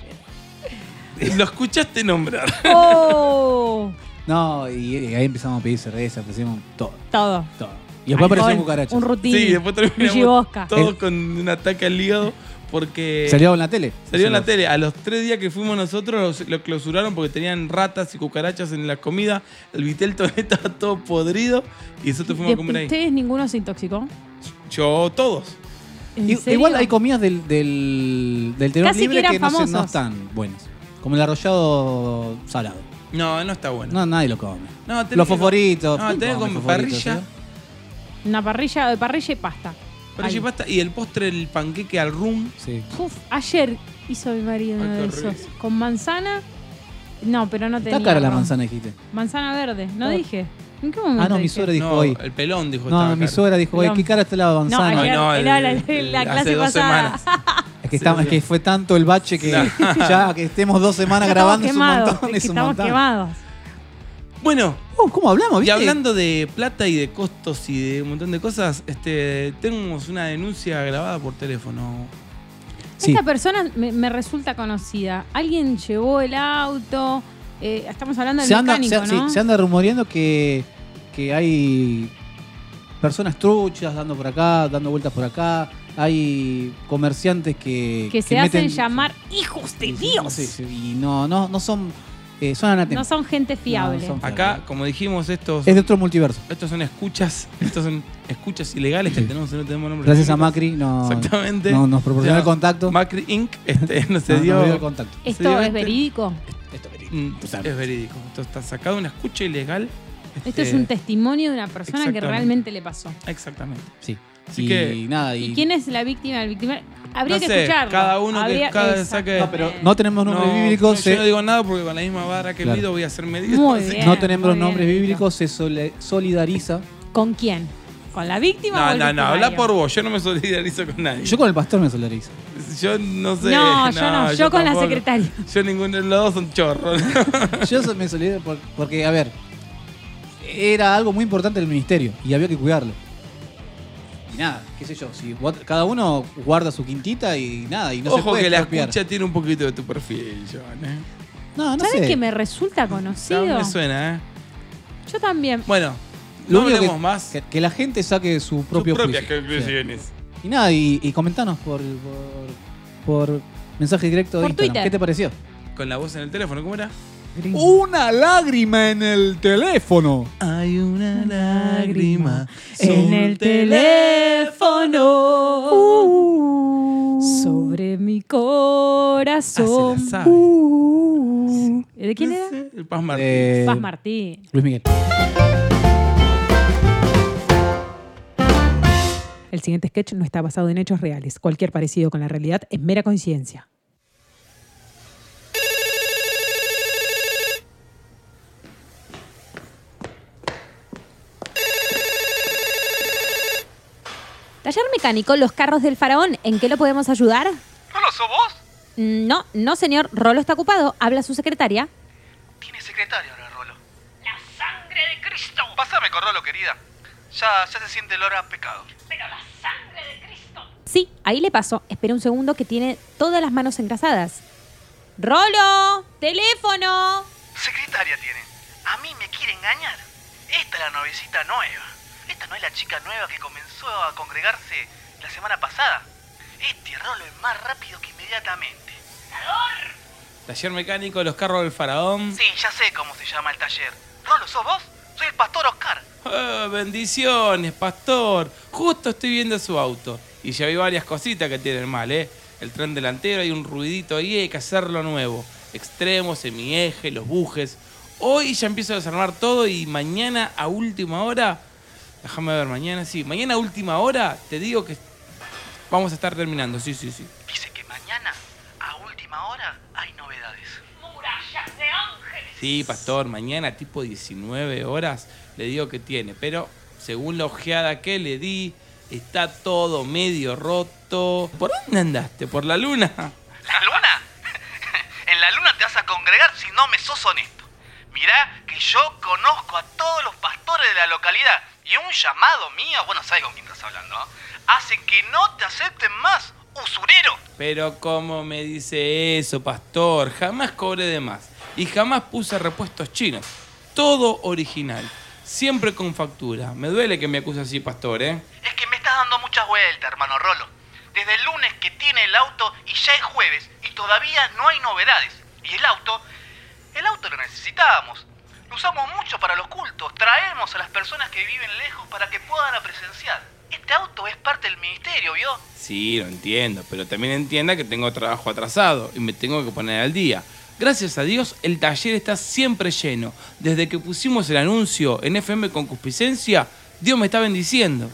[SPEAKER 1] Lo escuchaste nombrar.
[SPEAKER 2] ¡Oh!
[SPEAKER 3] No, y, y ahí empezamos a pedir cerveza, empezamos todo,
[SPEAKER 2] Todo.
[SPEAKER 3] todo. Y después
[SPEAKER 2] Alcohol,
[SPEAKER 3] aparecieron cucarachas.
[SPEAKER 2] Un rutín.
[SPEAKER 1] Sí, después
[SPEAKER 2] Fuji
[SPEAKER 1] terminamos
[SPEAKER 2] Vodka.
[SPEAKER 1] todos con un ataque al hígado porque...
[SPEAKER 3] Salió en la tele.
[SPEAKER 1] Salió en la tele. A los tres días que fuimos nosotros los- lo clausuraron porque tenían ratas y cucarachas en la comida. El vitel toné estaba todo podrido y nosotros fuimos
[SPEAKER 2] ¿De
[SPEAKER 1] a comer ahí.
[SPEAKER 2] ¿Ustedes ninguno se intoxicó?
[SPEAKER 1] Yo, todos.
[SPEAKER 2] ¿En
[SPEAKER 3] I-
[SPEAKER 2] serio?
[SPEAKER 3] Igual hay comidas del, del, del tenedor
[SPEAKER 2] Casi que
[SPEAKER 3] libre
[SPEAKER 2] eran
[SPEAKER 3] que, no, se- no
[SPEAKER 2] famosos.
[SPEAKER 3] están buenas. Como el arrollado salado.
[SPEAKER 1] No, no está bueno.
[SPEAKER 3] No, nadie lo come.
[SPEAKER 1] No, tenés
[SPEAKER 3] Los
[SPEAKER 1] que-
[SPEAKER 3] fosforitos.
[SPEAKER 1] No,
[SPEAKER 3] ¿Quién
[SPEAKER 1] tenés
[SPEAKER 3] come
[SPEAKER 1] con
[SPEAKER 3] fosforitos,
[SPEAKER 1] parrilla.
[SPEAKER 3] eh?
[SPEAKER 2] Una parrilla de parrilla y pasta.
[SPEAKER 1] Parrilla y
[SPEAKER 2] Ahí.
[SPEAKER 1] pasta y el postre, el panqueque al rum.
[SPEAKER 3] Sí.
[SPEAKER 2] Uf, ayer hizo mi marido
[SPEAKER 1] Ay,
[SPEAKER 2] uno
[SPEAKER 1] qué
[SPEAKER 2] de esos.
[SPEAKER 1] rico.
[SPEAKER 2] Con manzana. No, pero no tenía.
[SPEAKER 3] Está cara la
[SPEAKER 2] ron.
[SPEAKER 3] manzana, dijiste.
[SPEAKER 2] Manzana verde, no
[SPEAKER 3] Ah.
[SPEAKER 2] dije. ¿En qué momento?
[SPEAKER 3] Ah, no, mi
[SPEAKER 2] dije?
[SPEAKER 3] suegra dijo
[SPEAKER 1] no,
[SPEAKER 3] hoy.
[SPEAKER 1] el pelón dijo
[SPEAKER 3] No,
[SPEAKER 1] estaba
[SPEAKER 3] mi
[SPEAKER 1] caro.
[SPEAKER 3] suegra dijo, "Ay,
[SPEAKER 2] No.
[SPEAKER 3] ¿qué cara está la manzana?
[SPEAKER 2] No, ayer- Era la- la
[SPEAKER 1] hace
[SPEAKER 2] clase
[SPEAKER 1] dos
[SPEAKER 2] pasada.
[SPEAKER 1] semanas.
[SPEAKER 3] Es que, estamos- es que fue tanto el bache que ya que estemos dos semanas
[SPEAKER 2] Ya
[SPEAKER 3] grabando es un
[SPEAKER 2] estamos quemados,
[SPEAKER 3] montón,
[SPEAKER 2] es
[SPEAKER 3] es
[SPEAKER 2] que
[SPEAKER 3] un
[SPEAKER 2] estamos
[SPEAKER 3] montón.
[SPEAKER 2] quemados.
[SPEAKER 1] Bueno,
[SPEAKER 3] Oh, ¿Cómo hablamos?
[SPEAKER 1] y
[SPEAKER 3] ¿viste?
[SPEAKER 1] hablando de plata y de costos y de un montón de cosas, este, tenemos una denuncia grabada por teléfono.
[SPEAKER 3] Sí.
[SPEAKER 2] Esta persona me, me resulta conocida. Alguien llevó el auto. eh, estamos hablando del
[SPEAKER 3] se anda,
[SPEAKER 2] mecánico,
[SPEAKER 3] se- sí,
[SPEAKER 2] ¿no?
[SPEAKER 3] se anda rumoreando que, que hay personas truchas dando por acá, dando vueltas por acá. Hay comerciantes que.
[SPEAKER 2] que se hacen
[SPEAKER 3] meten-
[SPEAKER 2] llamar hijos de
[SPEAKER 3] Sí, sí,
[SPEAKER 2] Dios.
[SPEAKER 3] sí, sí, y no, no, no son. eh, son
[SPEAKER 2] No
[SPEAKER 3] anatemas.
[SPEAKER 2] son gente fiable.
[SPEAKER 3] No, son-
[SPEAKER 1] Acá, como dijimos, estos,
[SPEAKER 3] Es de otro multiverso.
[SPEAKER 1] estos son escuchas, estos son escuchas ilegales que tenemos y no tenemos nombre.
[SPEAKER 3] Gracias a Macri no,
[SPEAKER 1] Exactamente.
[SPEAKER 3] no nos proporcionó
[SPEAKER 1] Ya,
[SPEAKER 3] el contacto.
[SPEAKER 1] Macri Inc. Este, no se
[SPEAKER 3] No, no
[SPEAKER 1] dio.
[SPEAKER 3] nos dio el contacto.
[SPEAKER 1] Se dio
[SPEAKER 2] ¿Esto es
[SPEAKER 1] este-
[SPEAKER 2] verídico?
[SPEAKER 1] Mm, es verídico. Esto está sacado de una escucha ilegal.
[SPEAKER 2] Esto
[SPEAKER 1] este,
[SPEAKER 2] es un testimonio de una persona que
[SPEAKER 1] exactamente.
[SPEAKER 2] realmente le pasó.
[SPEAKER 1] Exactamente.
[SPEAKER 3] Sí.
[SPEAKER 1] Así
[SPEAKER 3] y
[SPEAKER 1] que-
[SPEAKER 3] nada, y,
[SPEAKER 2] ¿Y quién es la víctima del victimario? Habría
[SPEAKER 1] No
[SPEAKER 2] que
[SPEAKER 1] sé,
[SPEAKER 2] escucharlo.
[SPEAKER 1] cada uno que-
[SPEAKER 2] Habría- Eh,
[SPEAKER 1] cada saque-
[SPEAKER 3] No, pero no tenemos nombres
[SPEAKER 1] No, no,
[SPEAKER 3] bíblicos. se-
[SPEAKER 1] Yo no digo nada porque con la misma vara que
[SPEAKER 3] Claro.
[SPEAKER 1] mido voy a ser medido.
[SPEAKER 2] Muy
[SPEAKER 1] así que-
[SPEAKER 2] bien.
[SPEAKER 3] no tenemos
[SPEAKER 2] muy bien,
[SPEAKER 3] nombres
[SPEAKER 2] Vito.
[SPEAKER 3] bíblicos, se sole- solidariza.
[SPEAKER 2] ¿Con quién? ¿Con la víctima o
[SPEAKER 1] No,
[SPEAKER 2] el
[SPEAKER 1] no, no,
[SPEAKER 2] victimario?
[SPEAKER 1] habla por vos. Yo no me solidarizo con nadie.
[SPEAKER 3] Yo con el pastor me solidarizo.
[SPEAKER 1] Yo no sé.
[SPEAKER 2] No, yo no, yo con la
[SPEAKER 1] tampoco.
[SPEAKER 2] secretaria.
[SPEAKER 1] Yo ninguno de los dos son chorros.
[SPEAKER 3] Yo so- me solidarizo por- porque, a ver, era algo muy importante del ministerio y había que cuidarlo. Y nada, qué sé yo, si vos- cada uno guarda su quintita y nada, y no se
[SPEAKER 1] Ojo
[SPEAKER 3] puede
[SPEAKER 1] que la
[SPEAKER 3] expropiar.
[SPEAKER 1] escucha tiene un poquito de tu perfil, Joan. ¿eh?
[SPEAKER 3] No, no
[SPEAKER 2] ¿Sabes
[SPEAKER 3] sé.
[SPEAKER 2] que me resulta
[SPEAKER 1] Ya
[SPEAKER 2] conocido?
[SPEAKER 1] me suena, ¿eh?
[SPEAKER 2] Yo también.
[SPEAKER 1] Bueno,
[SPEAKER 3] Lo
[SPEAKER 1] no
[SPEAKER 3] único
[SPEAKER 1] hablemos más.
[SPEAKER 3] Que, que la gente saque su
[SPEAKER 1] sus
[SPEAKER 3] propio
[SPEAKER 1] propias
[SPEAKER 3] juicio.
[SPEAKER 1] conclusiones.
[SPEAKER 3] Sí. Y nada, y, y comentanos por, por, por mensaje directo de
[SPEAKER 2] Por
[SPEAKER 3] Instagram.
[SPEAKER 2] Twitter.
[SPEAKER 3] ¿Qué te pareció?
[SPEAKER 1] Con la voz en el teléfono, ¿cómo era? Ah,
[SPEAKER 2] Uh,
[SPEAKER 3] Una lágrima en el teléfono.
[SPEAKER 1] Hay una
[SPEAKER 2] lágrima
[SPEAKER 3] En
[SPEAKER 2] el
[SPEAKER 3] Uh.
[SPEAKER 2] teléfono. uh, Sobre mi corazón.
[SPEAKER 1] Ah, se la sabe.
[SPEAKER 2] ¿De quién era?
[SPEAKER 1] El Paz Martín.
[SPEAKER 3] Uh. Eh,
[SPEAKER 2] Paz Martín.
[SPEAKER 3] Luis Miguel.
[SPEAKER 2] El siguiente sketch no está basado en hechos reales. Cualquier parecido con la realidad es mera coincidencia. Taller mecánico, los carros del faraón, ¿en qué lo podemos ayudar? Mm,
[SPEAKER 5] ¿Rolo, sos vos?
[SPEAKER 2] No, no señor, Rolo está ocupado, habla su secretaria.
[SPEAKER 5] Tiene secretario ahora, Rolo. ¡La sangre de Cristo! Pásame con Rolo, querida. Ya, ya se siente el olor a pecado.
[SPEAKER 2] Sí, ahí le paso. Espera un segundo que tiene todas las manos engrasadas. ¡Rolo! ¡Teléfono!
[SPEAKER 5] Secretaria tiene. ¿A mí me quiere engañar? Esta es la novecita nueva. Esta no es la chica nueva que comenzó a congregarse la semana pasada. Este Rolo es más rápido que inmediatamente.
[SPEAKER 1] Taller mecánico, los carros del faraón.
[SPEAKER 5] Sí, ya sé cómo se llama el taller. ¿Rolo, sos vos? Soy el pastor Oscar.
[SPEAKER 1] Ah, bendiciones, pastor. Justo estoy viendo su auto. Y ya vi varias cositas que tienen mal, ¿eh? El tren delantero, hay un ruidito ahí, hay que hacerlo nuevo. Extremos, semieje, los bujes. Hoy ya empiezo a desarmar todo y mañana a última hora. Déjame ver, mañana sí. Mañana a última hora te digo que vamos a estar terminando. Sí, sí, sí.
[SPEAKER 5] Dice que mañana, a última hora, hay novedades.
[SPEAKER 1] Sí, pastor, mañana tipo 19 horas le digo que tiene, pero según la ojeada que le di, está todo medio roto. ¿Por dónde andaste? ¿Por la luna?
[SPEAKER 5] ¿La luna? en la luna te vas a congregar si no me sos honesto. Mirá que yo conozco a todos los pastores de la localidad y un llamado mío, bueno, sabes con quién estás hablando, ¿no? hace que no te acepten más, usurero.
[SPEAKER 1] Pero ¿cómo me dice eso, pastor? Jamás cobré de más y jamás puse repuestos chinos. Todo original, siempre con factura. Me duele que me acuse así, pastor, ¿eh?
[SPEAKER 5] Es que me estás dando muchas vueltas, hermano Rolo. Desde el lunes que tiene el auto y ya es jueves y todavía no hay novedades. Y el auto, el auto lo necesitábamos. Lo usamos mucho para los cultos. Traemos a las personas que viven lejos para que puedan presenciar. Este auto es parte del ministerio, ¿vio?
[SPEAKER 1] Sí, lo entiendo, pero también entienda que tengo trabajo atrasado y me tengo que poner al día. Gracias a Dios, el taller está siempre lleno. Desde que pusimos el anuncio en FM Concupiscencia, Dios me está bendiciendo.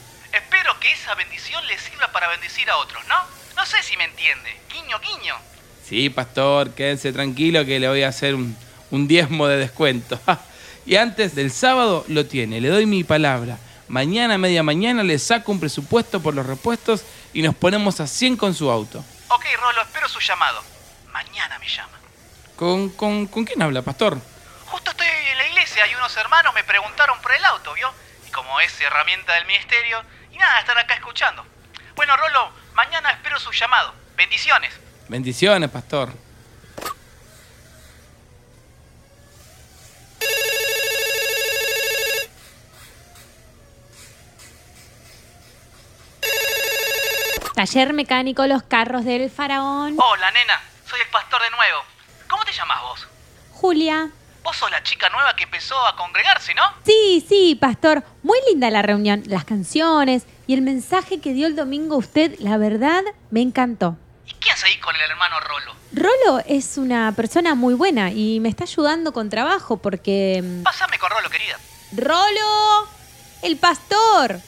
[SPEAKER 5] que esa bendición le sirva para bendecir a otros, ¿no? No sé si me entiende. Guiño, guiño.
[SPEAKER 1] Sí, pastor, quédense tranquilo que le voy a hacer un, un diezmo de descuento. y antes del sábado lo tiene, le doy mi palabra. Mañana, media mañana, le saco un presupuesto por los repuestos y nos ponemos a 100 con su auto.
[SPEAKER 5] Ok, Rolo, espero su llamado. Mañana me llama.
[SPEAKER 1] ¿Con, con, con quién habla, pastor?
[SPEAKER 5] Justo estoy en la iglesia y unos hermanos me preguntaron por el auto, ¿vio? Y como es herramienta del ministerio, y nada, están acá escuchando. Bueno, Rolo, mañana espero su llamado. Bendiciones.
[SPEAKER 1] Bendiciones, pastor.
[SPEAKER 2] Taller mecánico Los Carros del Faraón.
[SPEAKER 1] Oh.
[SPEAKER 5] Hola, nena. Soy el pastor de nuevo. ¿Cómo te llamas vos?
[SPEAKER 2] Julia.
[SPEAKER 5] Vos sos la chica nueva que empezó a congregarse, ¿no?
[SPEAKER 2] Sí, sí, pastor. Muy linda la reunión, las canciones y el mensaje que dio el domingo usted, la verdad, me encantó.
[SPEAKER 5] ¿Y qué hace ahí con el hermano Rolo?
[SPEAKER 2] Rolo es una persona muy buena y me está ayudando con trabajo porque... mm,
[SPEAKER 5] Pásame con Rolo, querida.
[SPEAKER 2] ¡Rolo! ¡El pastor!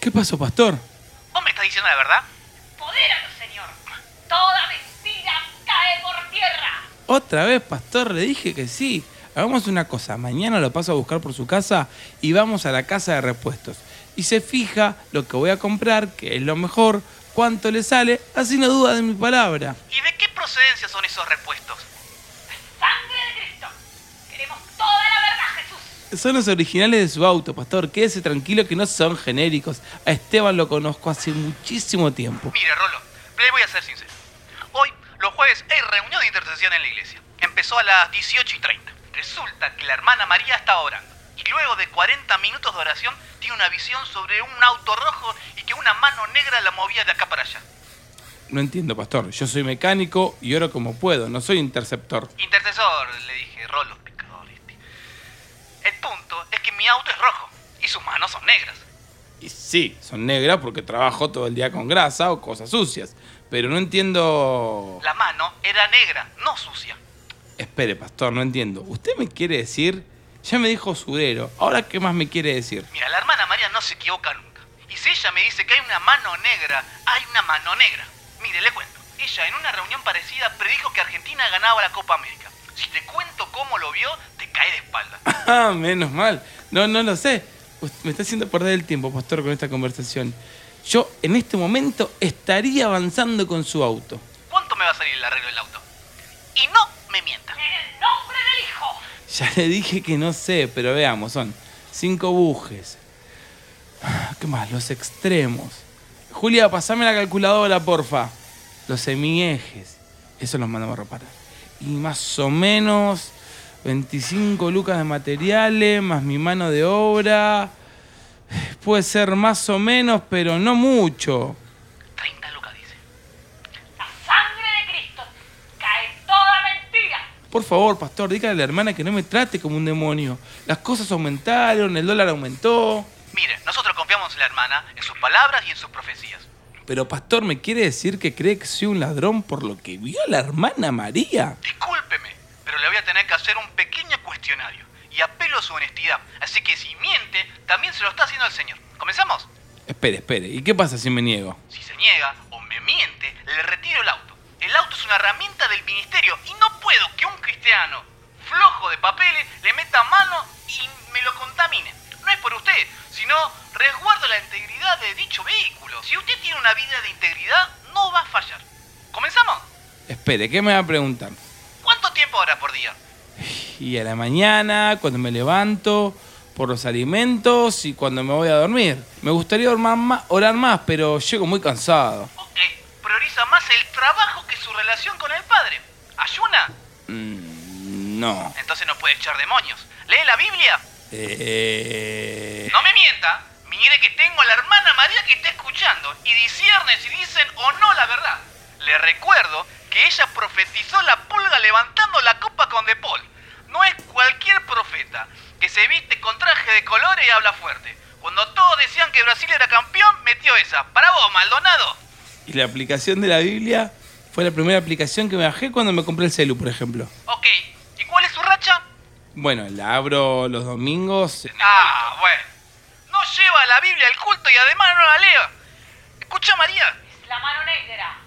[SPEAKER 1] ¿Qué pasó, pastor?
[SPEAKER 5] ¿Vos me estás diciendo la verdad?
[SPEAKER 6] Apodéralo, Señor. Toda mentira cae por tierra.
[SPEAKER 1] Otra vez, pastor, le dije que sí. Hagamos una cosa, mañana lo paso a buscar por su casa y vamos a la casa de repuestos. Y se fija lo que voy a comprar, que es lo mejor, cuánto le sale, así no duda de mi palabra.
[SPEAKER 5] ¿Y de qué procedencia son esos repuestos?
[SPEAKER 6] Sangre de Cristo. Queremos toda la verdad, Jesús.
[SPEAKER 1] Son los originales de su auto, pastor. Quédese tranquilo que no son genéricos. A Esteban lo conozco hace muchísimo tiempo.
[SPEAKER 5] Mire, Rolo, le voy a ser sincero. Hoy, los jueves, hay reunión de intercesión en la iglesia. Empezó a las 18 y 30. Resulta que la hermana María estaba orando. Y luego de 40 minutos de oración, tiene una visión sobre un auto rojo y que una mano negra la movía de acá para allá.
[SPEAKER 1] No entiendo, pastor. Yo soy mecánico y oro como puedo, no soy interceptor.
[SPEAKER 5] Intercesor, le dije, Rolo, pecador este. El punto es que mi auto es rojo y sus manos son negras.
[SPEAKER 1] Y sí, son negras porque trabajo todo el día con grasa o cosas sucias. Pero no entiendo...
[SPEAKER 5] La mano era negra, no sucia.
[SPEAKER 1] Espere, pastor, no entiendo. ¿Usted me quiere decir? Ya me dijo usurero. ¿Ahora qué más me quiere decir?
[SPEAKER 5] Mira, la hermana María no se equivoca nunca. Y si ella me dice que hay una mano negra, hay una mano negra. Mire, le cuento. Ella en una reunión parecida predijo que Argentina ganaba la Copa América. Si te cuento cómo lo vio, te cae de espalda.
[SPEAKER 1] Ah, menos mal. No, no lo sé. Ust- Me está haciendo perder el tiempo, pastor, con esta conversación. Yo en este momento estaría avanzando con su auto.
[SPEAKER 5] ¿Cuánto me va a salir el arreglo del auto? Y no me mienta.
[SPEAKER 6] En el nombre del Hijo.
[SPEAKER 1] Ya le dije que no sé, pero veamos, son cinco bujes. Ah, ¿Qué más? Los extremos. Julia, pasame la calculadora, porfa. Los semiejes. Eso los mandamos a reparar. Y más o menos 25 lucas de materiales, más mi mano de obra. Puede ser más o menos, pero no mucho.
[SPEAKER 5] 30 lucas, dice.
[SPEAKER 6] La sangre de Cristo. Cae toda mentira.
[SPEAKER 1] Por favor, pastor, dígale a la hermana que no me trate como un demonio. Las cosas aumentaron, el dólar aumentó.
[SPEAKER 5] Mire, nosotros confiamos en la hermana, en sus palabras y en sus profecías.
[SPEAKER 1] Pero pastor, ¿me quiere decir que cree que soy un ladrón por lo que vio a la hermana María?
[SPEAKER 5] Discúlpeme, pero le voy a tener que hacer un pequeño cuestionario y apelo a su honestidad. Así que si miente, también se lo está haciendo el Señor. ¿Comenzamos?
[SPEAKER 1] Espere, espere, ¿y qué pasa si me niego?
[SPEAKER 5] Si se niega o me miente, le retiro el auto. El auto es una herramienta del ministerio y no puedo que un cristiano flojo de papeles le meta mano y me lo contamine. No es por usted, sino resguardo la integridad de dicho vehículo. Si usted tiene una vida de integridad, no va a fallar. ¿Comenzamos?
[SPEAKER 1] Espere, ¿qué me va a preguntar?
[SPEAKER 5] ¿Cuánto tiempo ahora por día?
[SPEAKER 1] Y a la mañana, cuando me levanto, por los alimentos y cuando me voy a dormir. Me gustaría ormar ma- orar más, pero llego muy cansado.
[SPEAKER 5] Ok, prioriza más el trabajo que su relación con el padre. ¿Ayuna?
[SPEAKER 1] Mm, no.
[SPEAKER 5] Entonces no puede echar demonios. ¿Lee la Biblia?
[SPEAKER 1] Eh,
[SPEAKER 5] No me mienta. Mire que tengo a la hermana María que está escuchando y discierne si dicen o no la verdad. Le recuerdo que ella profetizó la pulga levantando la copa con De Paul. No es cualquier profeta que se viste con traje de colores y habla fuerte. Cuando todos decían que Brasil era campeón, metió esa. Para vos, Maldonado.
[SPEAKER 1] Y la aplicación de la Biblia fue la primera aplicación que me bajé cuando me compré el celu, por ejemplo.
[SPEAKER 5] Ok, ¿y cuál es su racha?
[SPEAKER 1] Bueno, la abro los domingos
[SPEAKER 5] Ah, bueno. No lleva la Biblia al culto y además no la lea. Escucha, María.
[SPEAKER 6] Es la mano negra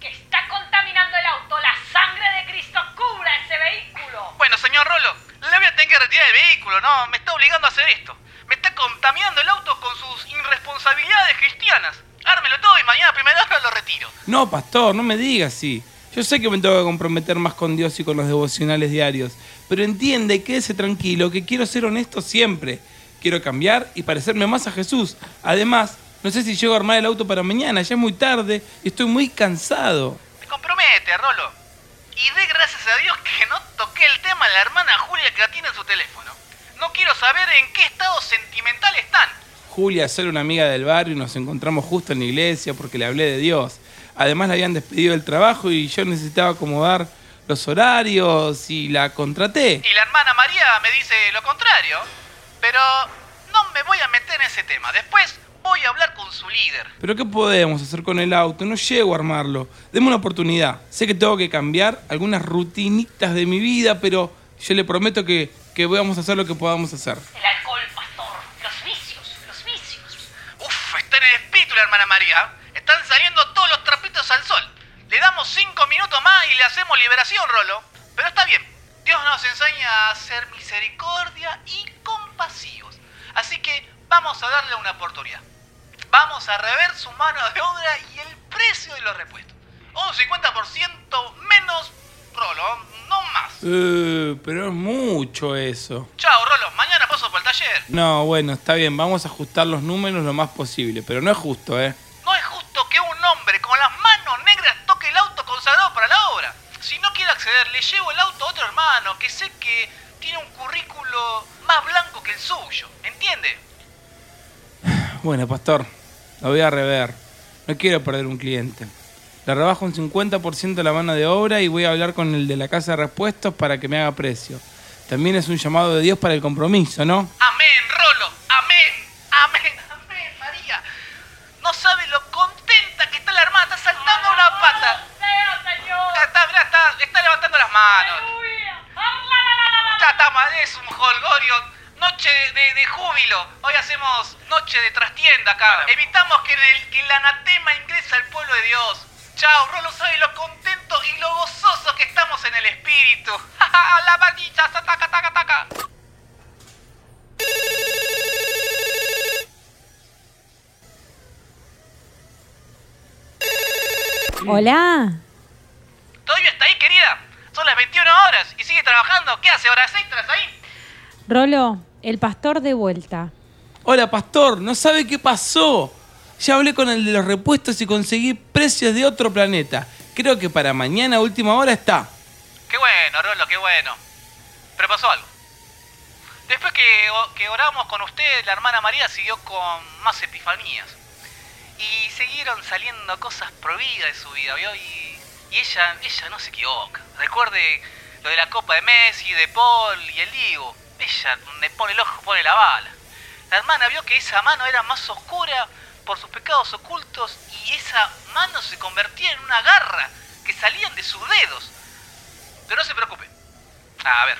[SPEAKER 6] que está contaminando el auto. La sangre de Cristo cubra ese vehículo.
[SPEAKER 5] Bueno, señor Rolo, le voy a tener que retirar el vehículo, ¿no? Me está obligando a hacer esto. Me está contaminando el auto con sus irresponsabilidades cristianas. Ármelo todo y mañana a primera hora lo retiro.
[SPEAKER 1] No, pastor, no me digas así. Yo sé que me tengo que comprometer más con Dios y con los devocionales diarios, pero entiende y quédese tranquilo que quiero ser honesto siempre. Quiero cambiar y parecerme más a Jesús. Además, no sé si llego a armar el auto para mañana, ya es muy tarde y estoy muy cansado.
[SPEAKER 5] Me compromete, Rolo. Y dé gracias a Dios que no toqué el tema a la hermana Julia que atiende en su teléfono. No quiero saber en qué estado sentimental están.
[SPEAKER 1] Julia es solo una amiga del barrio y nos encontramos justo en la iglesia porque le hablé de Dios. Además, la habían despedido del trabajo y yo necesitaba acomodar los horarios y la contraté.
[SPEAKER 5] Y la hermana María me dice lo contrario. Pero no me voy a meter en ese tema. Después voy a hablar con su líder.
[SPEAKER 1] Pero ¿qué podemos hacer con el auto? No llego a armarlo. Deme una oportunidad. Sé que tengo que cambiar algunas rutinitas de mi vida, pero yo le prometo que, que vamos a hacer lo que podamos hacer.
[SPEAKER 6] El alcohol, pastor. Los vicios, los vicios.
[SPEAKER 5] Uf, está en el espíritu la hermana María. Están saliendo todos los trapitos al sol. Le damos cinco minutos más y le hacemos liberación, Rolo. Pero está bien. Dios nos enseña a ser misericordia y compasivos. Así que vamos a darle una oportunidad. Vamos a rever su mano de obra y el precio de los repuestos. Un 50% menos, Rolo, no más.
[SPEAKER 1] Eh, pero es mucho eso.
[SPEAKER 5] Chao, Rolo. Mañana paso por el taller.
[SPEAKER 1] No, bueno, está bien, vamos a ajustar los números lo más posible, pero no es justo, ¿eh?
[SPEAKER 5] No es justo que un hombre con las manos negras toque el auto consagrado para la obra. Si no quiere acceder, le llevo el auto a otro hermano que sé que tiene un currículo más blanco que el suyo. ¿Entiende?
[SPEAKER 1] Bueno, pastor, lo voy a rever. No quiero perder un cliente. Le rebajo un 50% la mano de obra y voy a hablar con el de la casa de repuestos para que me haga precio. También es un llamado de Dios para el compromiso, ¿no?
[SPEAKER 5] Amén, Rolo. Amén. Amén. Amén, María. No sabe lo contenta que está la hermana. Está saltando una pata.
[SPEAKER 6] Sea, señor.
[SPEAKER 5] Está, está, mirá, está, está levantando las manos.
[SPEAKER 6] Aleluya. Arla, la, la, la, la.
[SPEAKER 5] Ya está, madre, es un holgorio. Noche de, de júbilo. Hoy hacemos noche de trastienda acá. Evitamos que el, que el anatema ingrese al pueblo de Dios. Chao, Rolo, soy lo contento y lo gozoso que estamos en el espíritu. Ja, ja, La manita, taca, taca, taca.
[SPEAKER 2] Hola.
[SPEAKER 5] ¿Todavía está ahí, querida? Son las 21 horas y sigue trabajando. ¿Qué hace? ¿Horas extras ahí?
[SPEAKER 2] Rolo, el pastor de vuelta.
[SPEAKER 1] Hola, pastor, no sabe qué pasó. Ya hablé con el de los repuestos y conseguí precios de otro planeta. Creo que para mañana a última hora está.
[SPEAKER 5] Qué bueno, Rolo, qué bueno. Pero pasó algo. Después que, o- que oramos con usted, la hermana María siguió con más epifanías. Y siguieron saliendo cosas prohibidas de su vida, ¿vio? Y, y ella, ella no se equivoca. Recuerde lo de la copa de Messi, de Paul y el Diego. Ella, donde pone el ojo, pone la bala. La hermana vio que esa mano era más oscura por sus pecados ocultos y esa mano se convertía en una garra que salían de sus dedos. Pero no se preocupe. Ah, A ver,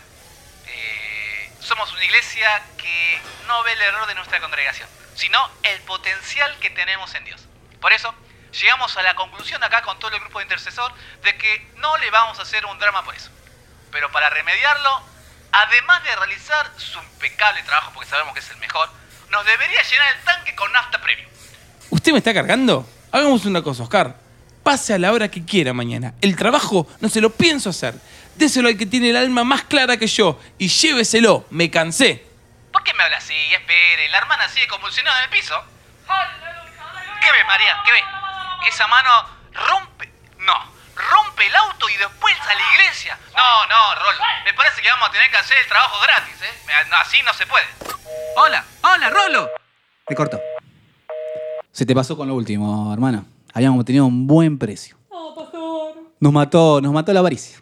[SPEAKER 5] eh, somos una iglesia que no ve el error de nuestra congregación, sino el potencial que tenemos en Dios. Por eso, llegamos a la conclusión acá con todo el grupo de intercesor de que no le vamos a hacer un drama por eso. Pero para remediarlo, además de realizar su impecable trabajo, porque sabemos que es el mejor, nos debería llenar el tanque con nafta premium.
[SPEAKER 1] ¿Usted me está cargando? Hagamos una cosa, Oscar. Pase a la hora que quiera mañana. El trabajo no se lo pienso hacer. Déselo al que tiene el alma más clara que yo y lléveselo. Me cansé.
[SPEAKER 5] ¿Por qué me habla así? Espere, la hermana sigue convulsionada en el piso.
[SPEAKER 6] Aleluya, aleluya.
[SPEAKER 5] ¿Qué ve, María? ¿Qué ve? Esa mano rompe. No, rompe el auto y después a la iglesia. No, no, Rolo. Me parece que vamos a tener que hacer el trabajo gratis, ¿eh? Así no se puede. Hola, hola, Rolo.
[SPEAKER 3] Te cortó. Se te pasó con lo último, hermana. Habíamos tenido un buen precio.
[SPEAKER 2] No, pastor.
[SPEAKER 3] Nos mató, nos mató la avaricia.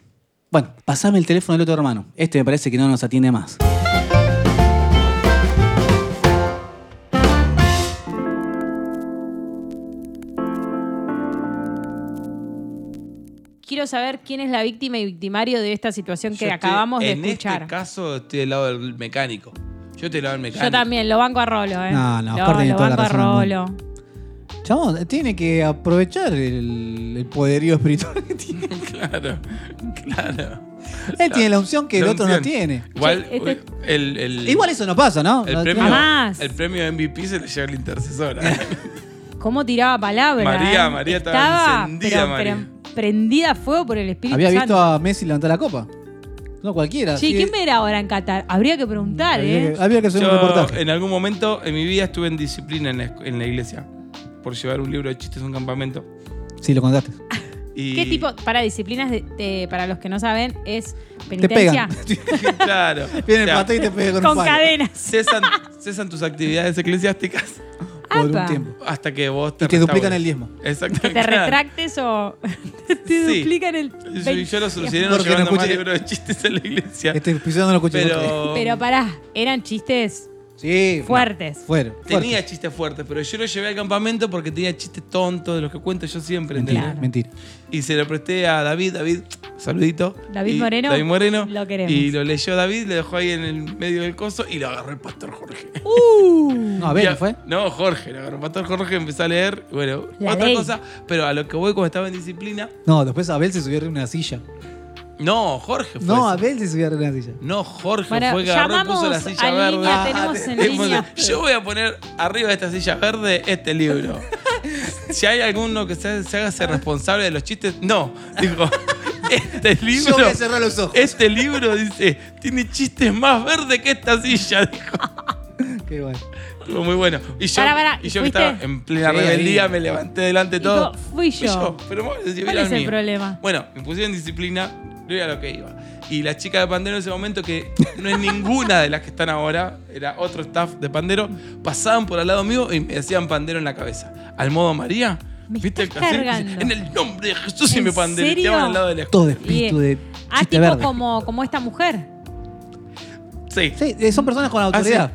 [SPEAKER 3] Bueno, pasame el teléfono del otro hermano. Este me parece que no nos atiende más.
[SPEAKER 2] Quiero saber quién es la víctima y victimario de esta situación que
[SPEAKER 1] Yo estoy-
[SPEAKER 2] acabamos de
[SPEAKER 1] en
[SPEAKER 2] escuchar.
[SPEAKER 1] este caso estoy del lado del mecánico. Yo te lo doy al mecánico.
[SPEAKER 2] Yo también, lo banco a Rolo, ¿eh?
[SPEAKER 3] No, no,
[SPEAKER 2] lo,
[SPEAKER 3] Oscar tiene
[SPEAKER 2] lo
[SPEAKER 3] toda la
[SPEAKER 2] banco a
[SPEAKER 3] razón del
[SPEAKER 2] Rolo.
[SPEAKER 3] Chabón, tiene que aprovechar el, el poderío espiritual que tiene.
[SPEAKER 1] Claro, claro.
[SPEAKER 3] Él tiene la unción que el
[SPEAKER 1] La
[SPEAKER 3] otro no
[SPEAKER 1] unción.
[SPEAKER 3] tiene.
[SPEAKER 1] Igual,
[SPEAKER 2] Che, este-
[SPEAKER 1] el, el-
[SPEAKER 3] Igual eso no pasa, ¿no?
[SPEAKER 1] el
[SPEAKER 3] No
[SPEAKER 1] premio,
[SPEAKER 3] tiene-
[SPEAKER 2] Jamás.
[SPEAKER 1] el premio MVP se lo lleva el intercesor. ¿eh?
[SPEAKER 2] ¿Cómo tiraba palabras?
[SPEAKER 1] María,
[SPEAKER 2] eh?
[SPEAKER 1] María estaba encendida,
[SPEAKER 2] pero,
[SPEAKER 1] María.
[SPEAKER 2] pero prendida a fuego por el Espíritu
[SPEAKER 3] Había visto
[SPEAKER 2] Santo.
[SPEAKER 3] a Messi levantar la copa. No cualquiera.
[SPEAKER 2] Che,
[SPEAKER 3] sí.
[SPEAKER 2] ¿quién verá ahora en Qatar? Habría que preguntar,
[SPEAKER 3] Había
[SPEAKER 2] ¿eh?
[SPEAKER 3] que- había que hacer un
[SPEAKER 1] Yo eh,
[SPEAKER 3] reportaje.
[SPEAKER 1] en algún momento en mi vida estuve en disciplina en la, escu- en la iglesia por llevar un libro de chistes a un campamento.
[SPEAKER 3] Sí, lo contaste.
[SPEAKER 1] Y,
[SPEAKER 2] ¿Qué tipo? Para disciplinas, de- de- para los que no saben, es
[SPEAKER 3] Te
[SPEAKER 2] penitencia
[SPEAKER 3] pegan.
[SPEAKER 1] Claro. O
[SPEAKER 3] Viene el
[SPEAKER 1] sea,
[SPEAKER 3] pato y te pega con,
[SPEAKER 2] con
[SPEAKER 3] un palo.
[SPEAKER 2] cadenas.
[SPEAKER 1] cesan, cesan tus actividades eclesiásticas
[SPEAKER 3] Por un
[SPEAKER 2] Apa.
[SPEAKER 3] tiempo.
[SPEAKER 1] hasta que vos te
[SPEAKER 3] Y te duplican
[SPEAKER 1] restaures.
[SPEAKER 3] el diezmo.
[SPEAKER 2] Que
[SPEAKER 1] Exactamente.
[SPEAKER 2] te retractes o te
[SPEAKER 1] Sí.
[SPEAKER 2] duplican el...
[SPEAKER 1] Yo,
[SPEAKER 2] 20.
[SPEAKER 1] yo lo solucioné no
[SPEAKER 3] Porque no
[SPEAKER 1] llevando más
[SPEAKER 3] escuché.
[SPEAKER 1] libros de chistes en la iglesia.
[SPEAKER 3] Este episodio no lo escuché. nunca.
[SPEAKER 1] pero,
[SPEAKER 2] Pero pará, eran chistes
[SPEAKER 3] Sí.
[SPEAKER 2] fuertes.
[SPEAKER 3] Fuera.
[SPEAKER 1] tenía chistes fuertes, pero yo lo llevé al campamento porque tenía chistes tontos de los que cuento yo siempre.
[SPEAKER 3] Mentira,
[SPEAKER 1] ¿entendés?
[SPEAKER 3] mentira.
[SPEAKER 1] Y se lo presté a David, David, saludito.
[SPEAKER 2] David
[SPEAKER 1] Y-
[SPEAKER 2] Moreno,
[SPEAKER 1] David Moreno.
[SPEAKER 2] lo queremos.
[SPEAKER 1] Y lo leyó David, lo dejó ahí en el medio del coso y lo agarró el pastor Jorge.
[SPEAKER 3] No, a
[SPEAKER 1] Y
[SPEAKER 3] ver,
[SPEAKER 1] a-
[SPEAKER 3] ¿no fue?
[SPEAKER 1] No, Jorge, lo agarró el pastor Jorge, empezó a leer, bueno,
[SPEAKER 2] La
[SPEAKER 1] otra
[SPEAKER 2] ley.
[SPEAKER 1] cosa, pero a lo que voy cuando estaba en disciplina,
[SPEAKER 3] No, después Abel se subió arriba de una silla.
[SPEAKER 1] no, Jorge fue.
[SPEAKER 3] No,
[SPEAKER 1] ese.
[SPEAKER 3] Abel se subió arriba de una silla.
[SPEAKER 1] No, Jorge
[SPEAKER 2] Bueno,
[SPEAKER 1] fue que agarró y
[SPEAKER 2] llamamos
[SPEAKER 1] puso la silla
[SPEAKER 2] a
[SPEAKER 1] verde.
[SPEAKER 2] línea, tenemos en
[SPEAKER 1] Le puso,
[SPEAKER 2] línea.
[SPEAKER 1] Yo voy a poner arriba de esta silla verde este libro. Si hay alguno que se, se haga ser responsable de los chistes, no. Dijo, este libro.
[SPEAKER 3] los ojos.
[SPEAKER 1] Este libro dice, tiene chistes más verdes que esta silla. Dijo,
[SPEAKER 3] Qué bueno.
[SPEAKER 1] Estuvo muy bueno. Y yo,
[SPEAKER 2] Pará, pará,
[SPEAKER 1] y
[SPEAKER 2] ¿y
[SPEAKER 1] yo que
[SPEAKER 2] fuiste?
[SPEAKER 1] estaba en plena
[SPEAKER 3] Sí,
[SPEAKER 1] rebeldía,
[SPEAKER 3] ahí.
[SPEAKER 1] me levanté delante de
[SPEAKER 2] Y
[SPEAKER 1] todo.
[SPEAKER 2] dijo, fui yo.
[SPEAKER 1] Pero vos si
[SPEAKER 2] ¿Cuál
[SPEAKER 1] vieras
[SPEAKER 2] es el
[SPEAKER 1] mío.
[SPEAKER 2] problema?
[SPEAKER 1] Bueno, me pusieron disciplina, yo era lo que iba. Y la chica de Pandero en ese momento, que no es ninguna de las que están ahora, era otro staff de Pandero, pasaban por al lado mío y me hacían Pandero en la cabeza. Al modo María.
[SPEAKER 2] Me estás
[SPEAKER 1] cassette?
[SPEAKER 2] cargando.
[SPEAKER 1] En el nombre de Jesús y
[SPEAKER 2] ¿En
[SPEAKER 1] me pandereteaban
[SPEAKER 2] serio?
[SPEAKER 1] al lado de la escuela.
[SPEAKER 3] Todo espíritu de
[SPEAKER 2] Ah,
[SPEAKER 3] chiste
[SPEAKER 2] tipo
[SPEAKER 3] verde.
[SPEAKER 2] como, como esta mujer.
[SPEAKER 1] Sí.
[SPEAKER 3] Sí, eh, son personas
[SPEAKER 1] Ah,
[SPEAKER 3] con autoridad.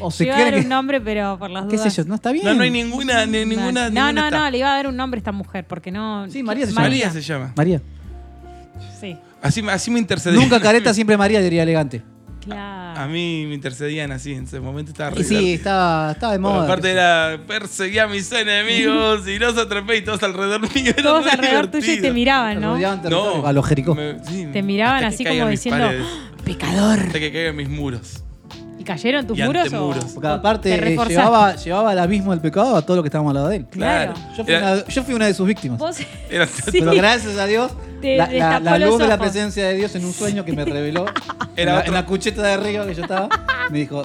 [SPEAKER 3] O se
[SPEAKER 2] Le iba a dar
[SPEAKER 3] creen
[SPEAKER 2] un
[SPEAKER 3] que...
[SPEAKER 2] nombre, pero por las
[SPEAKER 3] ¿Qué
[SPEAKER 2] dudas.
[SPEAKER 3] sé yo? No está bien.
[SPEAKER 1] No, no hay ninguna, ni ninguna.
[SPEAKER 2] no,
[SPEAKER 1] ninguna
[SPEAKER 2] no,
[SPEAKER 1] está.
[SPEAKER 2] no, le iba a dar un nombre a esta mujer, porque no.
[SPEAKER 3] Sí, María se llama.
[SPEAKER 1] María se llama.
[SPEAKER 3] María.
[SPEAKER 2] Sí,
[SPEAKER 1] Así, me- así me intercedían.
[SPEAKER 3] Nunca careta, siempre María, diría elegante.
[SPEAKER 2] claro.
[SPEAKER 1] A mí me intercedían así, en ese momento estaba re
[SPEAKER 3] Y sí,
[SPEAKER 1] divertido.
[SPEAKER 3] estaba, estaba de
[SPEAKER 1] Bueno,
[SPEAKER 3] moda.
[SPEAKER 1] aparte era perseguía a mis enemigos y los atrapé y todos alrededor mío. era
[SPEAKER 2] Todos
[SPEAKER 1] re
[SPEAKER 2] alrededor tuyo y te
[SPEAKER 1] divertido.
[SPEAKER 2] miraban, Ah, ¿no?
[SPEAKER 3] Rodeaban territorio.
[SPEAKER 1] No,
[SPEAKER 3] A los Jericó.
[SPEAKER 1] me- sí,
[SPEAKER 2] Te miraban
[SPEAKER 1] hasta
[SPEAKER 2] así
[SPEAKER 1] que
[SPEAKER 2] como
[SPEAKER 1] caigan mis
[SPEAKER 2] diciendo,
[SPEAKER 1] paredes,
[SPEAKER 2] ¡Ah, pecador.
[SPEAKER 1] hasta que caigan mis muros.
[SPEAKER 2] ¿Y cayeron tus
[SPEAKER 1] Y
[SPEAKER 2] muros o,
[SPEAKER 1] antemuros.
[SPEAKER 3] Porque
[SPEAKER 2] o
[SPEAKER 3] aparte
[SPEAKER 2] te
[SPEAKER 3] eh,
[SPEAKER 2] reforzaste?
[SPEAKER 3] llevaba, llevaba el abismo del pecado a todo lo que estábamos al lado de él.
[SPEAKER 1] Claro.
[SPEAKER 2] Claro.
[SPEAKER 3] Yo fui,
[SPEAKER 1] Era-
[SPEAKER 3] una, yo fui una de sus víctimas.
[SPEAKER 2] Vos-
[SPEAKER 1] Era-
[SPEAKER 2] Sí.
[SPEAKER 3] Pero gracias a Dios,
[SPEAKER 2] Te
[SPEAKER 3] la, la-
[SPEAKER 2] destapó
[SPEAKER 3] la
[SPEAKER 2] los
[SPEAKER 3] luz de la
[SPEAKER 2] ojos.
[SPEAKER 3] presencia de Dios en un sueño que me reveló en,
[SPEAKER 1] Era
[SPEAKER 3] la,
[SPEAKER 1] otro-
[SPEAKER 3] en la cucheta de arriba que yo estaba, me dijo,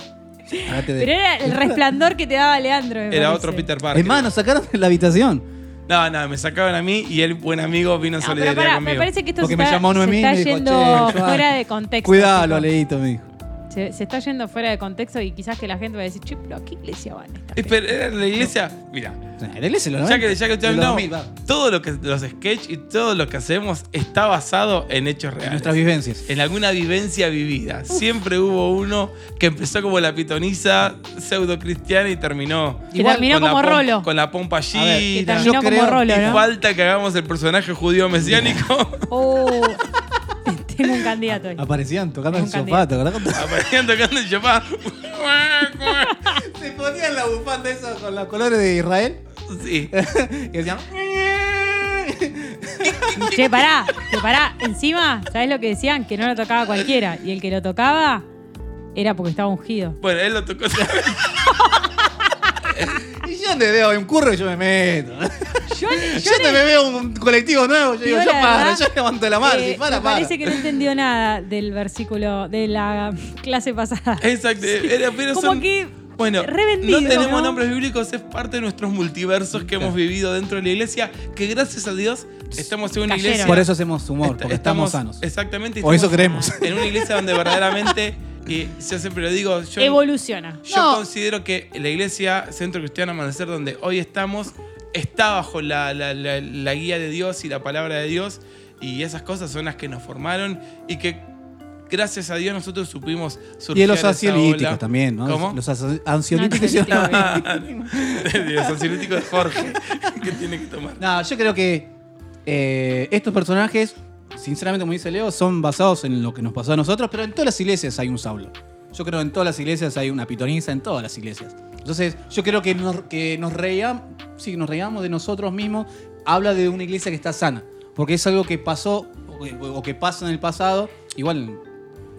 [SPEAKER 3] "Hágate de-
[SPEAKER 2] Pero era el resplandor que te daba Leandro. me
[SPEAKER 1] Era
[SPEAKER 2] parece.
[SPEAKER 1] otro Peter Parker.
[SPEAKER 3] Es más, nos sacaron de la habitación.
[SPEAKER 1] No, no, me sacaban a mí y el buen amigo vino en
[SPEAKER 2] No, Ah, pero
[SPEAKER 1] solidaridad
[SPEAKER 2] pará, me
[SPEAKER 1] conmigo.
[SPEAKER 2] parece que esto se
[SPEAKER 3] Porque me
[SPEAKER 2] está,
[SPEAKER 3] llamó
[SPEAKER 2] se
[SPEAKER 3] Noemí y
[SPEAKER 2] está
[SPEAKER 3] me dijo,
[SPEAKER 2] yendo
[SPEAKER 3] "Che, Joan,
[SPEAKER 2] fuera de contexto.
[SPEAKER 3] Cuidado,
[SPEAKER 2] tipo.
[SPEAKER 3] Aleito, me dijo.
[SPEAKER 2] se, se está yendo fuera de contexto y quizás que la gente va a decir, che, pero ¿a qué iglesia van esta
[SPEAKER 1] Eh,
[SPEAKER 2] gente?"
[SPEAKER 1] pero era la iglesia, mira,
[SPEAKER 3] Era el ese, lo
[SPEAKER 1] ya que, ya que
[SPEAKER 3] De los
[SPEAKER 1] no,
[SPEAKER 3] 2000, va.
[SPEAKER 1] todo lo que los sketch y todo lo que hacemos está basado en hechos
[SPEAKER 3] En
[SPEAKER 1] reales.
[SPEAKER 3] nuestras vivencias.
[SPEAKER 1] en alguna vivencia vivida. Siempre hubo uno que empezó como la pitoniza pseudo cristiana y terminó.
[SPEAKER 2] Que
[SPEAKER 3] Igual
[SPEAKER 2] terminó
[SPEAKER 1] con la
[SPEAKER 2] como
[SPEAKER 1] pom-
[SPEAKER 2] Rolo.
[SPEAKER 1] Con la pompa allí.
[SPEAKER 3] A ver,
[SPEAKER 2] Que
[SPEAKER 3] Mira,
[SPEAKER 2] terminó
[SPEAKER 3] yo
[SPEAKER 2] como
[SPEAKER 3] creo-
[SPEAKER 2] Rolo,
[SPEAKER 1] y
[SPEAKER 2] ¿no?
[SPEAKER 1] falta que hagamos el personaje judío mesiánico
[SPEAKER 2] Oh, tengo un candidato ahí.
[SPEAKER 3] Aparecían tocando
[SPEAKER 2] Es
[SPEAKER 3] el
[SPEAKER 2] un
[SPEAKER 3] sofá, ¿te acordás?
[SPEAKER 1] apareciendo tocando el chapá.
[SPEAKER 3] Se ponían la bufanda esa con los colores de Israel
[SPEAKER 1] Sí.
[SPEAKER 3] y decían...
[SPEAKER 2] Che, pará, que pará. Encima, ¿sabés lo que decían? Que no lo tocaba cualquiera. Y el que lo tocaba era porque estaba ungido.
[SPEAKER 1] Bueno, él lo tocó.
[SPEAKER 3] Y yo donde veo un curro y yo me meto.
[SPEAKER 2] Yo,
[SPEAKER 3] Yo donde me veo un colectivo nuevo, yo
[SPEAKER 2] Digo,
[SPEAKER 3] digo, yo
[SPEAKER 2] la
[SPEAKER 3] paro,
[SPEAKER 2] verdad,
[SPEAKER 3] yo levanto la mano,
[SPEAKER 2] eh,
[SPEAKER 3] y para,
[SPEAKER 2] me
[SPEAKER 3] para.
[SPEAKER 2] parece que no entendió nada del versículo de la clase pasada.
[SPEAKER 1] Exacto. Era, pero
[SPEAKER 2] Como
[SPEAKER 1] son-
[SPEAKER 2] que
[SPEAKER 1] Bueno,
[SPEAKER 2] re vendido,
[SPEAKER 1] no tenemos
[SPEAKER 2] ¿no?
[SPEAKER 1] nombres bíblicos, es parte de nuestros multiversos que hemos vivido dentro de la iglesia, que gracias a Dios estamos en una
[SPEAKER 2] Cayeron.
[SPEAKER 1] iglesia.
[SPEAKER 3] Por eso hacemos humor,
[SPEAKER 1] Est-
[SPEAKER 3] porque estamos sanos.
[SPEAKER 1] Exactamente.
[SPEAKER 3] Por eso
[SPEAKER 1] estamos
[SPEAKER 3] creemos.
[SPEAKER 1] En una iglesia donde verdaderamente, y yo siempre lo digo, yo,
[SPEAKER 2] Evoluciona.
[SPEAKER 1] yo considero que la iglesia Centro Cristiano Amanecer, donde hoy estamos, está bajo la, la- la- la guía de Dios y la palabra de Dios, y esas cosas son las que nos formaron y que gracias a Dios nosotros supimos surgir.
[SPEAKER 3] Y los
[SPEAKER 1] esa
[SPEAKER 3] ansiolíticos
[SPEAKER 1] ola.
[SPEAKER 3] también, ¿no?
[SPEAKER 1] ¿Cómo?
[SPEAKER 3] Los ansi- ansiolíticos.
[SPEAKER 2] No, no, no,
[SPEAKER 1] los ansiolíticos de Jorge, que tiene que tomar.
[SPEAKER 3] No, yo creo que eh, estos personajes, sinceramente, como dice Leo, son basados en lo que nos pasó a nosotros, pero en todas las iglesias hay un Saulo. Yo creo que en todas las iglesias hay una pitoniza, en todas las iglesias. Entonces, yo creo que nos, que nos reía- sí, que nos reíamos de nosotros mismos, habla de una iglesia que está sana. Porque es algo que pasó o que- o que pasa en el pasado, igual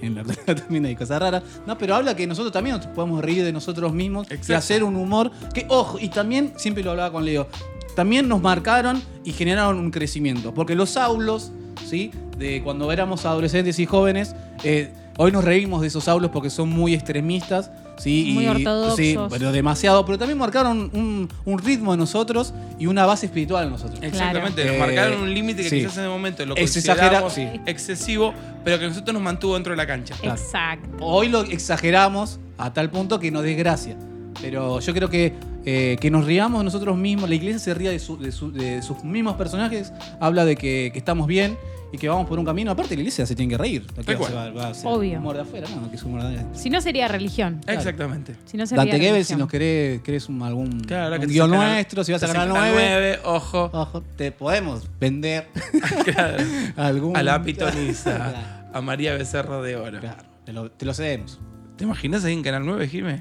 [SPEAKER 3] en la realidad también hay cosas raras. No, pero habla que nosotros también nos podemos reír de nosotros mismos y
[SPEAKER 1] Exacto.
[SPEAKER 3] hacer un humor que, ojo, y también, siempre lo hablaba con Leo, también nos marcaron y generaron un crecimiento. Porque los aulos, ¿sí? De cuando éramos adolescentes y jóvenes, eh, hoy nos reímos de esos aulos porque son muy extremistas, ¿sí?
[SPEAKER 2] Muy
[SPEAKER 3] y,
[SPEAKER 2] ortodoxos.
[SPEAKER 3] Sí, pero demasiado. Pero también marcaron un, un ritmo en nosotros y una base espiritual en nosotros.
[SPEAKER 1] Exactamente,
[SPEAKER 3] Claro.
[SPEAKER 1] nos marcaron un límite que
[SPEAKER 3] Eh, Sí.
[SPEAKER 1] quizás en el momento lo
[SPEAKER 3] Es exagera-
[SPEAKER 1] consideramos
[SPEAKER 3] sí.
[SPEAKER 1] excesivo, pero que nosotros nos mantuvo dentro de la cancha.
[SPEAKER 3] Claro.
[SPEAKER 2] Exacto.
[SPEAKER 3] Hoy lo exageramos a tal punto que nos desgracia. Pero yo creo que eh, que nos riamos nosotros mismos, la iglesia se ría de, su- de su- de sus mismos personajes, habla de que, que estamos bien y que vamos por un camino. Aparte, la iglesia se tiene que reír. ¿Qué
[SPEAKER 1] Tal cual.
[SPEAKER 3] se va- va a hacer?
[SPEAKER 2] Obvio.
[SPEAKER 3] Humor de afuera, no, que es humor de adentro.
[SPEAKER 2] Si no sería religión.
[SPEAKER 3] Claro.
[SPEAKER 1] Exactamente.
[SPEAKER 2] Si no sería
[SPEAKER 3] Dante Gebel, si
[SPEAKER 2] religión.
[SPEAKER 3] nos querés, querés un, algún
[SPEAKER 1] Claro, ahora
[SPEAKER 3] un
[SPEAKER 1] que te
[SPEAKER 3] guión
[SPEAKER 1] sacan al-
[SPEAKER 3] nuestro, si vas a
[SPEAKER 1] te
[SPEAKER 3] sacar
[SPEAKER 1] sacan al
[SPEAKER 3] 9,
[SPEAKER 1] nueve, ojo,
[SPEAKER 3] ojo, te podemos vender
[SPEAKER 1] claro,
[SPEAKER 3] algún.
[SPEAKER 1] a la pitoniza,
[SPEAKER 3] Oh, Claro,
[SPEAKER 1] a María Becerra de Oro.
[SPEAKER 3] claro, te, lo, te lo cedemos.
[SPEAKER 1] ¿Te imaginas ahí en Canal 9, Jimé?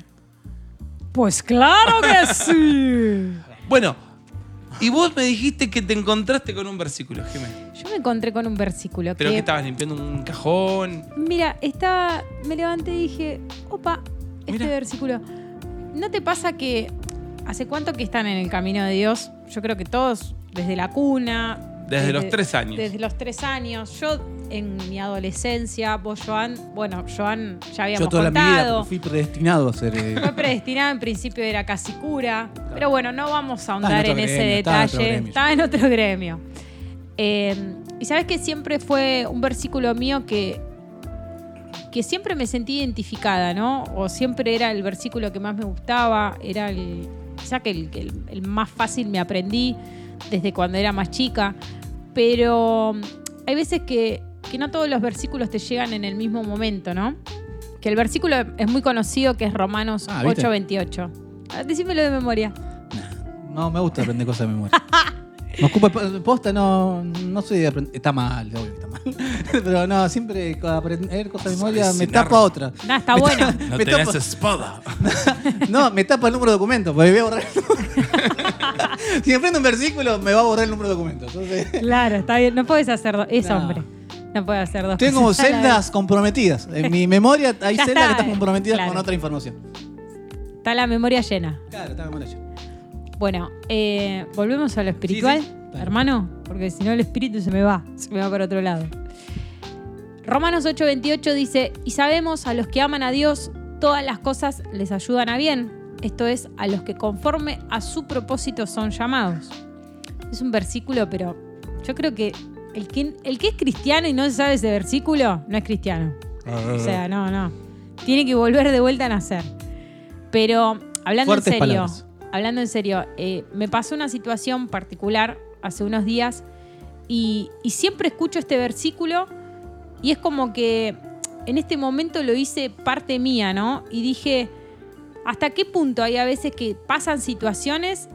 [SPEAKER 2] Pues claro que sí.
[SPEAKER 1] Bueno, y vos me dijiste que te encontraste con un versículo, Jimé.
[SPEAKER 2] Yo me encontré con un versículo
[SPEAKER 1] Pero
[SPEAKER 2] que,
[SPEAKER 1] que estabas limpiando un cajón.
[SPEAKER 2] mira, estaba, me levanté y dije, opa, este
[SPEAKER 1] Mira.
[SPEAKER 2] versículo. ¿No te pasa que hace cuánto que están en el camino de Dios? Yo creo que todos, desde la cuna.
[SPEAKER 1] Desde los tres años.
[SPEAKER 2] Desde los tres años. Yo en mi adolescencia, vos, Joan, bueno, Joan ya habíamos
[SPEAKER 3] Yo toda
[SPEAKER 2] contado.
[SPEAKER 3] la mi vida fui predestinado a ser. eh,
[SPEAKER 2] Fue predestinada, en principio era casi cura. Pero bueno, no vamos a
[SPEAKER 3] Estaba
[SPEAKER 2] ahondar en,
[SPEAKER 3] en otro
[SPEAKER 2] ese
[SPEAKER 3] gremio, estaba en otro
[SPEAKER 2] detalle.
[SPEAKER 3] gremio.
[SPEAKER 2] Estaba en otro gremio. Eh, y sabes que siempre fue un versículo mío que, que siempre me sentí identificada, ¿no? O siempre era el versículo que más me gustaba, era el, quizá que el, que el- el más fácil me aprendí desde cuando era más chica. Pero mm, hay veces que, que no todos los versículos te llegan en el mismo momento, ¿no? Que el versículo es muy conocido, que es Romanos
[SPEAKER 3] Ah, ¿viste?
[SPEAKER 2] 8:28. Ah, Decímelo de memoria.
[SPEAKER 3] No, me gusta aprender cosas de memoria. Me ocupa posta, no, no soy de aprender. Está mal, obvio que está mal. Pero no, siempre con aprender cosas de memoria me
[SPEAKER 1] Alucinar.
[SPEAKER 3] tapa otra.
[SPEAKER 2] Nada, está bueno.
[SPEAKER 1] No
[SPEAKER 3] me
[SPEAKER 1] tenés
[SPEAKER 3] tapa-
[SPEAKER 1] espada.
[SPEAKER 3] No, me tapa el número de documento, porque voy a borrar. el número. si aprendo un versículo, me va a borrar el número de documento. Entonces,
[SPEAKER 2] Claro, está bien. No puedes hacer dos. Es
[SPEAKER 3] No.
[SPEAKER 2] hombre. No puede hacer dos.
[SPEAKER 3] tengo
[SPEAKER 2] cosas a la vez.
[SPEAKER 3] celdas comprometidas. En mi memoria hay
[SPEAKER 2] Ya
[SPEAKER 3] celdas que
[SPEAKER 2] está,
[SPEAKER 3] están comprometidas
[SPEAKER 2] claro.
[SPEAKER 3] con otra información.
[SPEAKER 2] Está la memoria llena.
[SPEAKER 3] Claro, está memoria.
[SPEAKER 2] Bueno, eh, volvemos a lo espiritual,
[SPEAKER 3] Sí, sí. Dale.
[SPEAKER 2] hermano, porque si no el espíritu se me va, se me va para otro lado. Romanos 8:28 dice, y sabemos a los que aman a Dios, todas las cosas les ayudan a bien, esto es, a los que conforme a su propósito son llamados. Es un versículo, pero yo creo que el que, el que es cristiano y no se sabe ese versículo, no es cristiano. O sea, no, no. Tiene que volver de vuelta a nacer. Pero hablando
[SPEAKER 3] Fuertes
[SPEAKER 2] en serio,
[SPEAKER 3] palabras.
[SPEAKER 2] hablando en serio, eh, me pasó una situación particular hace unos días y, y siempre escucho este versículo y es como que en este momento lo hice parte mía, ¿no? Y dije, ¿hasta qué punto hay a veces que pasan situaciones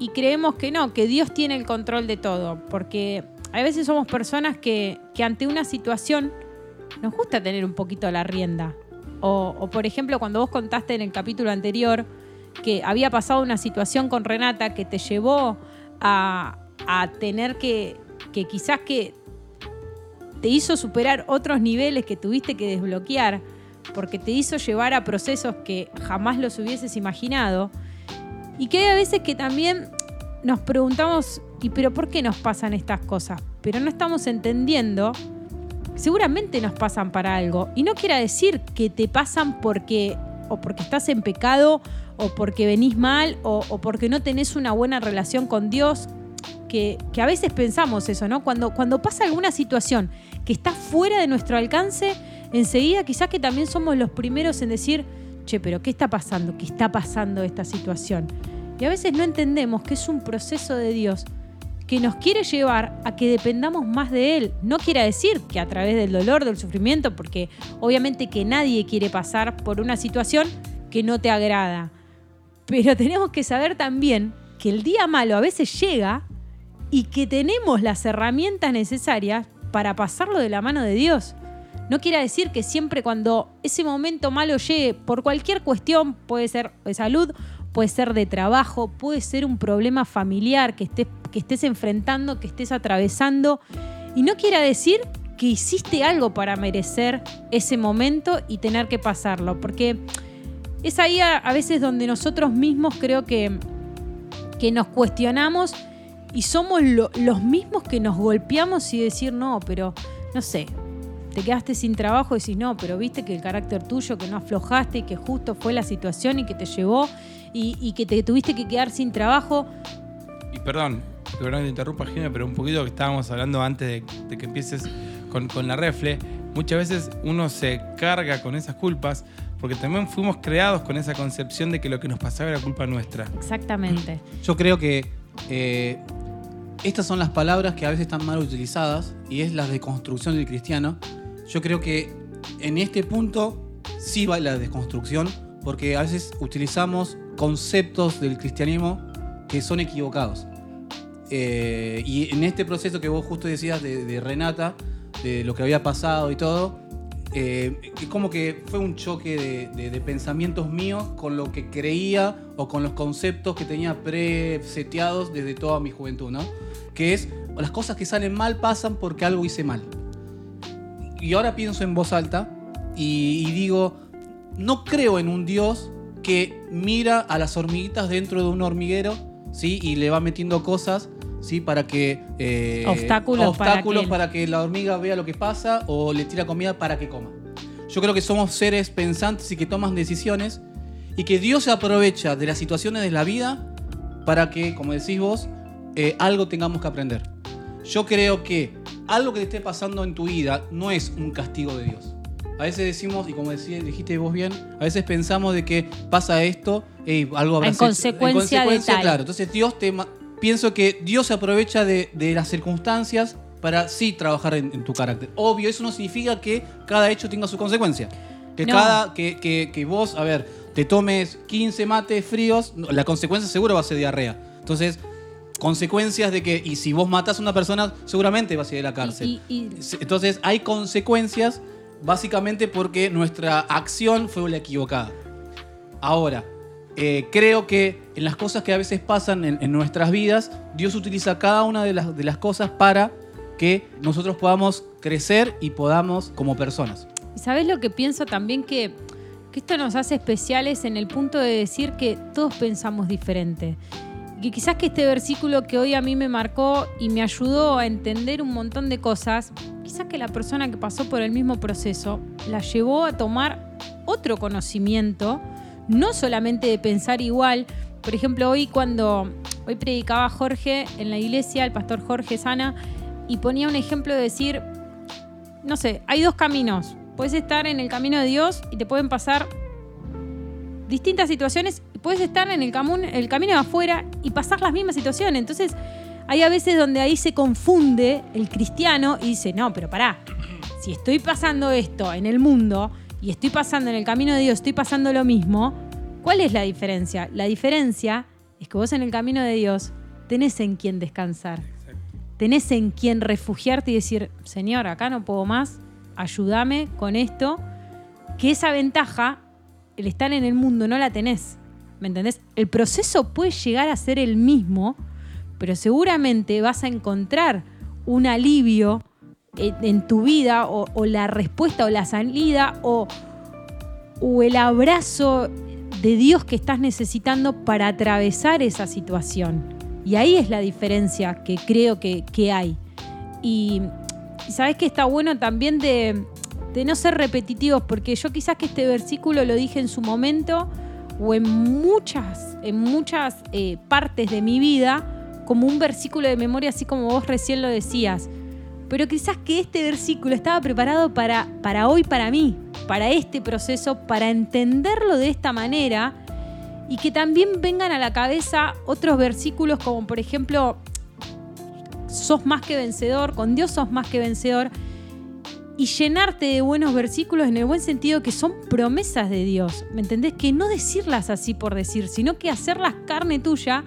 [SPEAKER 2] y creemos que no, que Dios tiene el control de todo? Porque a veces somos personas que, que ante una situación nos gusta tener un poquito la rienda. O, o, por ejemplo, cuando vos contaste en el capítulo anterior que había pasado una situación con Renata que te llevó a, a tener que, que quizás que te hizo superar otros niveles que tuviste que desbloquear, porque te hizo llevar a procesos que jamás los hubieses imaginado. Y que hay a veces que también nos preguntamos, ¿y pero por qué nos pasan estas cosas? Pero no estamos entendiendo seguramente nos pasan para algo. Y no quiera decir que te pasan porque o porque estás en pecado o porque venís mal o, o porque no tenés una buena relación con Dios. Que, que a veces pensamos eso, ¿no? Cuando, cuando pasa alguna situación que está fuera de nuestro alcance, enseguida quizás que también somos los primeros en decir, che, pero ¿qué está pasando? ¿Qué está pasando esta situación? Y a veces no entendemos que es un proceso de Dios que nos quiere llevar a que dependamos más de Él. No quiere decir que a través del dolor, del sufrimiento, porque obviamente que nadie quiere pasar por una situación que no te agrada. Pero tenemos que saber también que el día malo a veces llega y que tenemos las herramientas necesarias para pasarlo de la mano de Dios. no quiera decir que siempre cuando ese momento malo llegue, por cualquier cuestión, puede ser de salud, puede ser de trabajo, puede ser un problema familiar que estés, que estés enfrentando, que estés atravesando, y no quiera decir que hiciste algo para merecer ese momento y tener que pasarlo, porque es ahí a, a veces donde nosotros mismos creo que, que nos cuestionamos y somos lo- los mismos que nos golpeamos y decir, no, pero no sé, te quedaste sin trabajo y decís, no, pero viste que el carácter tuyo, que no aflojaste y que justo fue la situación y que te llevó y, y que te tuviste que quedar sin trabajo.
[SPEAKER 1] Y perdón, perdón que te interrumpa, Jimé, pero un poquito que estábamos hablando antes de, de que empieces con, con la refle. Muchas veces uno se carga con esas culpas porque también fuimos creados con esa concepción de que lo que nos pasaba era culpa nuestra.
[SPEAKER 2] Exactamente.
[SPEAKER 3] Yo creo que eh, estas son las palabras que a veces están mal utilizadas y es la deconstrucción del cristiano. Yo creo que en este punto sí va la desconstrucción porque a veces utilizamos conceptos del cristianismo que son equivocados. Eh, y en este proceso que vos justo decías de, de Renata, de lo que había pasado y todo, eh, es como que fue un choque de, de- de pensamientos míos con lo que creía o con los conceptos que tenía preseteados desde toda mi juventud, ¿no? Que es, las cosas que salen mal pasan porque algo hice mal. Y ahora pienso en voz alta y, y digo, no creo en un Dios que mira a las hormiguitas dentro de un hormiguero, ¿sí? Y le va metiendo cosas, ¿sí? Para que... eh,
[SPEAKER 2] Obstáculos para
[SPEAKER 3] obstáculos
[SPEAKER 2] que-
[SPEAKER 3] para que la hormiga vea lo que pasa o le tira comida para que coma. Yo creo que somos seres pensantes y que toman decisiones y que Dios se aprovecha de las situaciones de la vida para que, como decís vos, eh, algo tengamos que aprender. Yo creo que algo que te esté pasando en tu vida no es un castigo de Dios. A veces decimos, y como decía- dijiste vos bien, a veces pensamos de que pasa esto, y algo habrá
[SPEAKER 2] En consecuencia de tal.
[SPEAKER 3] Claro, entonces Dios te... ma- Pienso que Dios se aprovecha de, de las circunstancias para sí trabajar en, en tu carácter. Obvio, eso no significa que cada hecho tenga su consecuencia. Que
[SPEAKER 2] No.
[SPEAKER 3] cada... Que, que- que vos, a ver, te tomes 15 mates fríos, no, la consecuencia seguro va a ser diarrea. Entonces, consecuencias de que... Y si vos matás a una persona, seguramente vas a ir a la cárcel.
[SPEAKER 2] Y- y- y-
[SPEAKER 3] Sí, Entonces hay consecuencias básicamente porque nuestra acción fue la equivocada. Ahora, eh, creo que en las cosas que a veces pasan en, en nuestras vidas, Dios utiliza cada una de las, de las cosas para que nosotros podamos crecer y podamos como personas.
[SPEAKER 2] ¿Y sabes lo que pienso también? Que, que esto nos hace especiales en el punto de decir que todos pensamos diferente. Que quizás que este versículo que hoy a mí me marcó y me ayudó a entender un montón de cosas, quizás que la persona que pasó por el mismo proceso la llevó a tomar otro conocimiento, no solamente de pensar igual. Por ejemplo, hoy cuando hoy predicaba Jorge en la iglesia, el pastor Jorge Sana, y ponía un ejemplo de decir, no sé, hay dos caminos. Puedes estar en el camino de Dios y te pueden pasar distintas situaciones. Puedes estar en el, camun- el camino de afuera y pasar las mismas situaciones. Entonces, hay a veces donde ahí se confunde el cristiano y dice, no, pero pará, si estoy pasando esto en el mundo y estoy pasando en el camino de Dios, estoy pasando lo mismo, ¿cuál es la diferencia? La diferencia es que vos en el camino de Dios tenés en quién descansar tenés en quien refugiarte y decir, Señor, acá no puedo más, ayúdame con esto, que esa ventaja, el estar en el mundo, no la tenés. ¿Me entendés? El proceso puede llegar a ser el mismo, pero seguramente vas a encontrar un alivio en, en tu vida o, o la respuesta o la salida o, o el abrazo de Dios que estás necesitando para atravesar esa situación. Y ahí es la diferencia que creo que, que hay. Y, y sabes que está bueno también de, de no ser repetitivos, porque yo quizás que este versículo lo dije en su momento o en muchas, en muchas eh, partes de mi vida, como un versículo de memoria, así como vos recién lo decías. Pero quizás que este versículo estaba preparado para, para hoy, para mí, para este proceso, para entenderlo de esta manera y que también vengan a la cabeza otros versículos como por ejemplo, sos más que vencedor, con Dios sos más que vencedor, y llenarte de buenos versículos en el buen sentido que son promesas de Dios, ¿me entendés? Que no decirlas así por decir, sino que hacerlas carne tuya,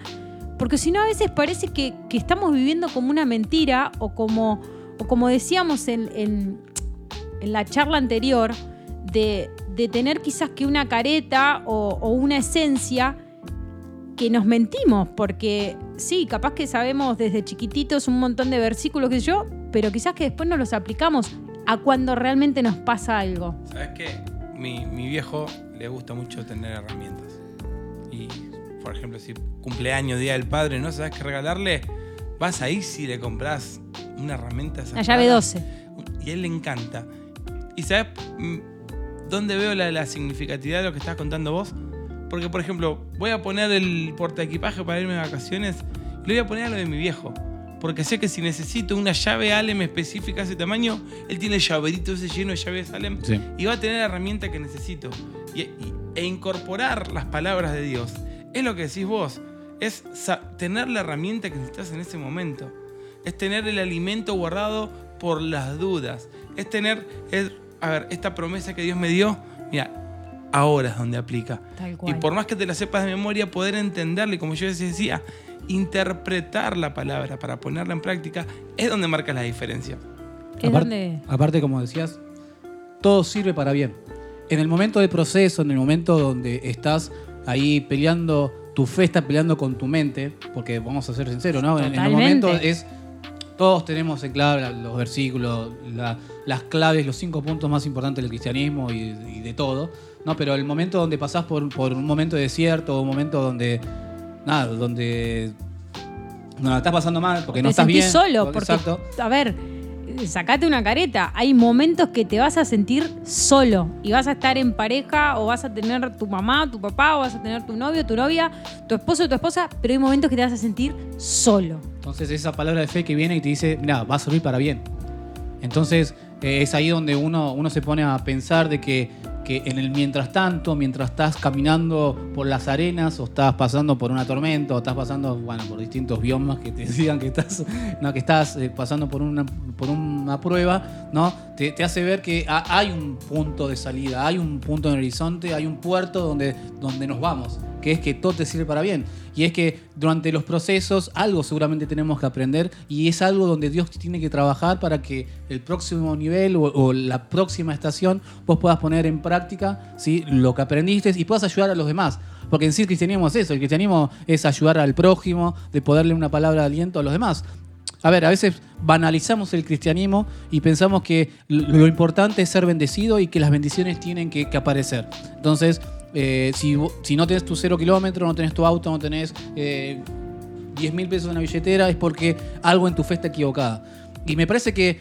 [SPEAKER 2] porque si no a veces parece que, que estamos viviendo como una mentira o como, o como decíamos en, en- en la charla anterior de, de tener quizás que una careta o, o una esencia que nos mentimos, porque sí, capaz que sabemos desde chiquititos un montón de versículos que yo, pero quizás que después no los aplicamos a cuando realmente nos pasa algo.
[SPEAKER 1] ¿Sabes qué? Mi, mi viejo le gusta mucho tener herramientas. Y, por ejemplo, si cumpleaños, día del padre, no sabes qué regalarle, vas ahí si le compras una herramienta.
[SPEAKER 2] La
[SPEAKER 1] zarpada.
[SPEAKER 2] llave 12.
[SPEAKER 1] Y a él le encanta. ¿Y sabes mm, dónde veo la, la significatividad de lo que estás contando vos? Porque, por ejemplo, voy a poner el portaequipaje para irme de vacaciones y le voy a poner a lo de mi viejo. Porque sé que si necesito una llave Alem específica ese tamaño, él tiene el llaverito ese lleno de llaves Alem
[SPEAKER 3] Sí.
[SPEAKER 1] y va a tener la herramienta que necesito. Y- y- e incorporar las palabras de Dios es lo que decís vos. Es sa- tener la herramienta que necesitas en ese momento. Es tener el alimento guardado por las dudas. Es tener, es- a ver, esta promesa que Dios me dio, mira, ahora es donde aplica.
[SPEAKER 2] Tal
[SPEAKER 1] Y
[SPEAKER 2] cual.
[SPEAKER 1] por más que te la sepas de memoria, poder entenderla y como yo les decía, interpretar la palabra para ponerla en práctica es donde marca la diferencia.
[SPEAKER 2] Es
[SPEAKER 3] aparte,
[SPEAKER 2] donde-
[SPEAKER 3] aparte, como decías, todo sirve para bien. En el momento del proceso, en el momento donde estás ahí peleando, tu fe está peleando con tu mente, porque vamos a ser sinceros, ¿no? En- En el
[SPEAKER 2] Totalmente.
[SPEAKER 3] momento es. Todos tenemos en claro la- los versículos, la- las claves, los cinco puntos más importantes del cristianismo y, y de todo, ¿no? Pero el momento donde pasás por, por un momento de desierto, un momento donde. Nada, donde. No, la estás pasando mal porque no
[SPEAKER 2] te
[SPEAKER 3] estás
[SPEAKER 2] sentís
[SPEAKER 3] bien.
[SPEAKER 2] solo, porque,
[SPEAKER 3] Exacto.
[SPEAKER 2] a ver, eh, sacate una careta. Hay momentos que te vas a sentir solo y vas a estar en pareja o vas a tener tu mamá, tu papá, o vas a tener tu novio, tu novia, tu esposo, tu esposa, pero hay momentos que te vas a sentir solo.
[SPEAKER 3] Entonces esa palabra de fe que viene y te dice, mira, va a servir para bien. Entonces eh, es ahí donde uno, uno se pone a pensar de que, que en el mientras tanto, mientras estás caminando por las arenas o estás pasando por una tormenta o estás pasando, bueno, por distintos biomas que te digan que estás, no, que estás eh, pasando por una, por una prueba, ¿no? Te, te hace ver que ha- hay un punto de salida, hay un punto en el horizonte, hay un puerto donde, donde nos vamos, que es que todo te sirve para bien. Y es que durante los procesos algo seguramente tenemos que aprender y es algo donde Dios tiene que trabajar para que el próximo nivel o, o la próxima estación vos puedas poner en práctica ¿sí? lo que aprendiste y puedas ayudar a los demás. Porque en sí el cristianismo es eso, el cristianismo es ayudar al prójimo, de poderle una palabra de aliento a los demás. A ver, a veces banalizamos el cristianismo y pensamos que l- lo importante es ser bendecido y que las bendiciones tienen que, que aparecer. Entonces, eh, si, vo- si no tenés tu cero kilómetro, no tenés tu auto, no tenés eh, 10 mil pesos en la billetera, es porque algo en tu fe está equivocada. Y me parece que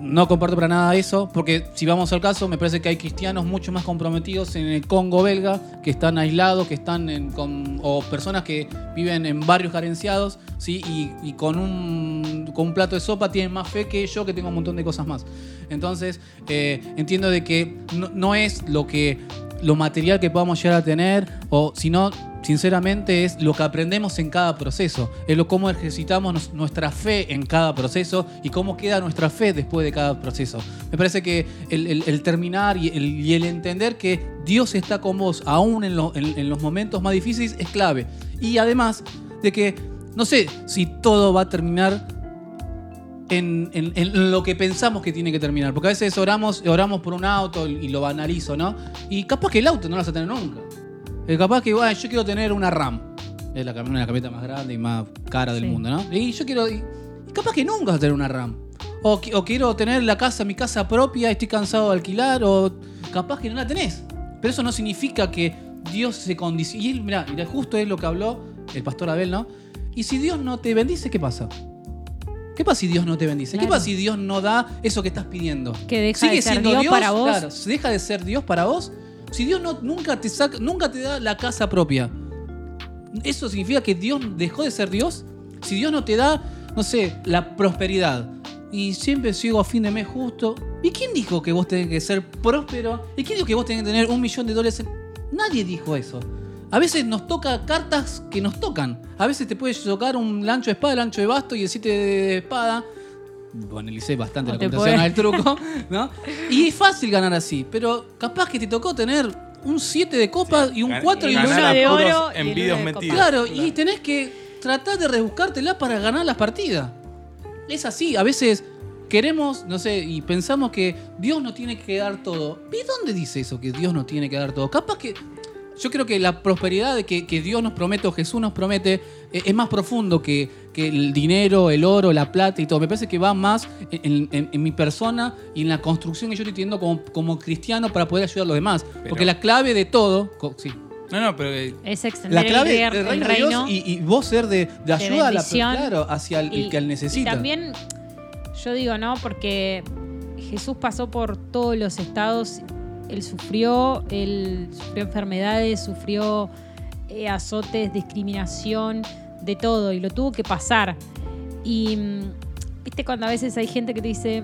[SPEAKER 3] no comparto para nada eso, porque si vamos al caso, me parece que hay cristianos mucho más comprometidos en el Congo belga, que están aislados, que están en, con, o personas que viven en barrios carenciados, ¿sí? y, y con, un, con un plato de sopa tienen más fe que yo, que tengo un montón de cosas más. Entonces, eh, entiendo de que no, no es lo que lo material que podamos llegar a tener, o sino, sinceramente, es lo que aprendemos en cada proceso, es lo cómo ejercitamos nos- nuestra fe en cada proceso y cómo queda nuestra fe después de cada proceso. Me parece que el, el- el terminar y el, y el entender que Dios está con vos, aún en, lo- en- en los momentos más difíciles, es clave. Y además de que, no sé si todo va a terminar en, en- en lo que pensamos que tiene que terminar. Porque a veces oramos, oramos por un auto y lo banalizo, ¿no? Y capaz que el auto no lo vas a tener nunca. Eh, capaz que, "Ah, yo quiero tener una RAM. Es la cam- una camioneta más grande y más cara del
[SPEAKER 2] Sí.
[SPEAKER 3] mundo, ¿no? Y yo quiero. y- y capaz que nunca vas a tener una RAM. O, qui- o quiero tener la casa, mi casa propia, estoy cansado de alquilar, o capaz que no la tenés. Pero eso no significa que Dios se condiciona. Y él, mirá, mirá, justo es lo que habló el pastor Abel, ¿no? Y si Dios no te bendice, ¿qué pasa? ¿Qué pasa si Dios no te bendice? ¿Qué
[SPEAKER 2] Claro.
[SPEAKER 3] pasa si Dios no da eso que estás pidiendo?
[SPEAKER 2] Que deja de ser Dios para vos.
[SPEAKER 3] Claro, deja de ser Dios para vos. Si Dios no- nunca, te saca, nunca te da la casa propia, ¿eso significa que Dios dejó de ser Dios? Si Dios no te da, no sé, la prosperidad y siempre sigo a fin de mes justo, ¿y quién dijo que vos tenés que ser próspero? ¿Y quién dijo que vos tenés que tener un millón de dólares? en- Nadie dijo eso. A veces nos toca cartas que nos tocan. A veces te puede tocar un lancho de espada, el ancho de basto y el 7 de espada banalicé bastante
[SPEAKER 2] No
[SPEAKER 3] la
[SPEAKER 2] te
[SPEAKER 3] computación del truco, ¿no? Y es fácil ganar así, pero capaz que te tocó tener un 7 de copa y un
[SPEAKER 1] Gan-
[SPEAKER 3] 4 y un
[SPEAKER 1] ganar
[SPEAKER 2] uno
[SPEAKER 1] a
[SPEAKER 2] de
[SPEAKER 1] puros
[SPEAKER 2] oro y el
[SPEAKER 1] envidios
[SPEAKER 2] uno de copa.
[SPEAKER 1] metidos.
[SPEAKER 3] Claro, y tenés que tratar de rebuscártela para ganar las partidas. Es así, a veces queremos, no sé, y pensamos que Dios nos tiene que dar todo. ¿Y dónde dice eso que Dios nos tiene que dar todo? Capaz que. Yo creo que la prosperidad de que, que Dios nos promete o Jesús nos promete eh, es más profundo que, que el dinero, el oro, la plata y todo. Me parece que va más en, en- en mi persona y en la construcción que yo estoy teniendo como, como cristiano para poder ayudar a los demás.
[SPEAKER 1] Pero-
[SPEAKER 3] Porque la clave de todo. co- sí.
[SPEAKER 1] No, no, pero eh,
[SPEAKER 2] Es extender
[SPEAKER 3] La clave
[SPEAKER 2] el,
[SPEAKER 3] del
[SPEAKER 2] rier-
[SPEAKER 3] reino,
[SPEAKER 2] el
[SPEAKER 3] de
[SPEAKER 2] reino.
[SPEAKER 3] Dios y, y vos ser de, de ayuda a la,
[SPEAKER 2] bendición.
[SPEAKER 3] claro, hacia el, el que al necesita.
[SPEAKER 2] y también, yo digo, ¿no? Porque Jesús pasó por todos los estados. Él sufrió, él sufrió enfermedades, sufrió eh, azotes, discriminación, de todo. Y lo tuvo que pasar. Y, mm, viste, cuando a veces hay gente que te dice,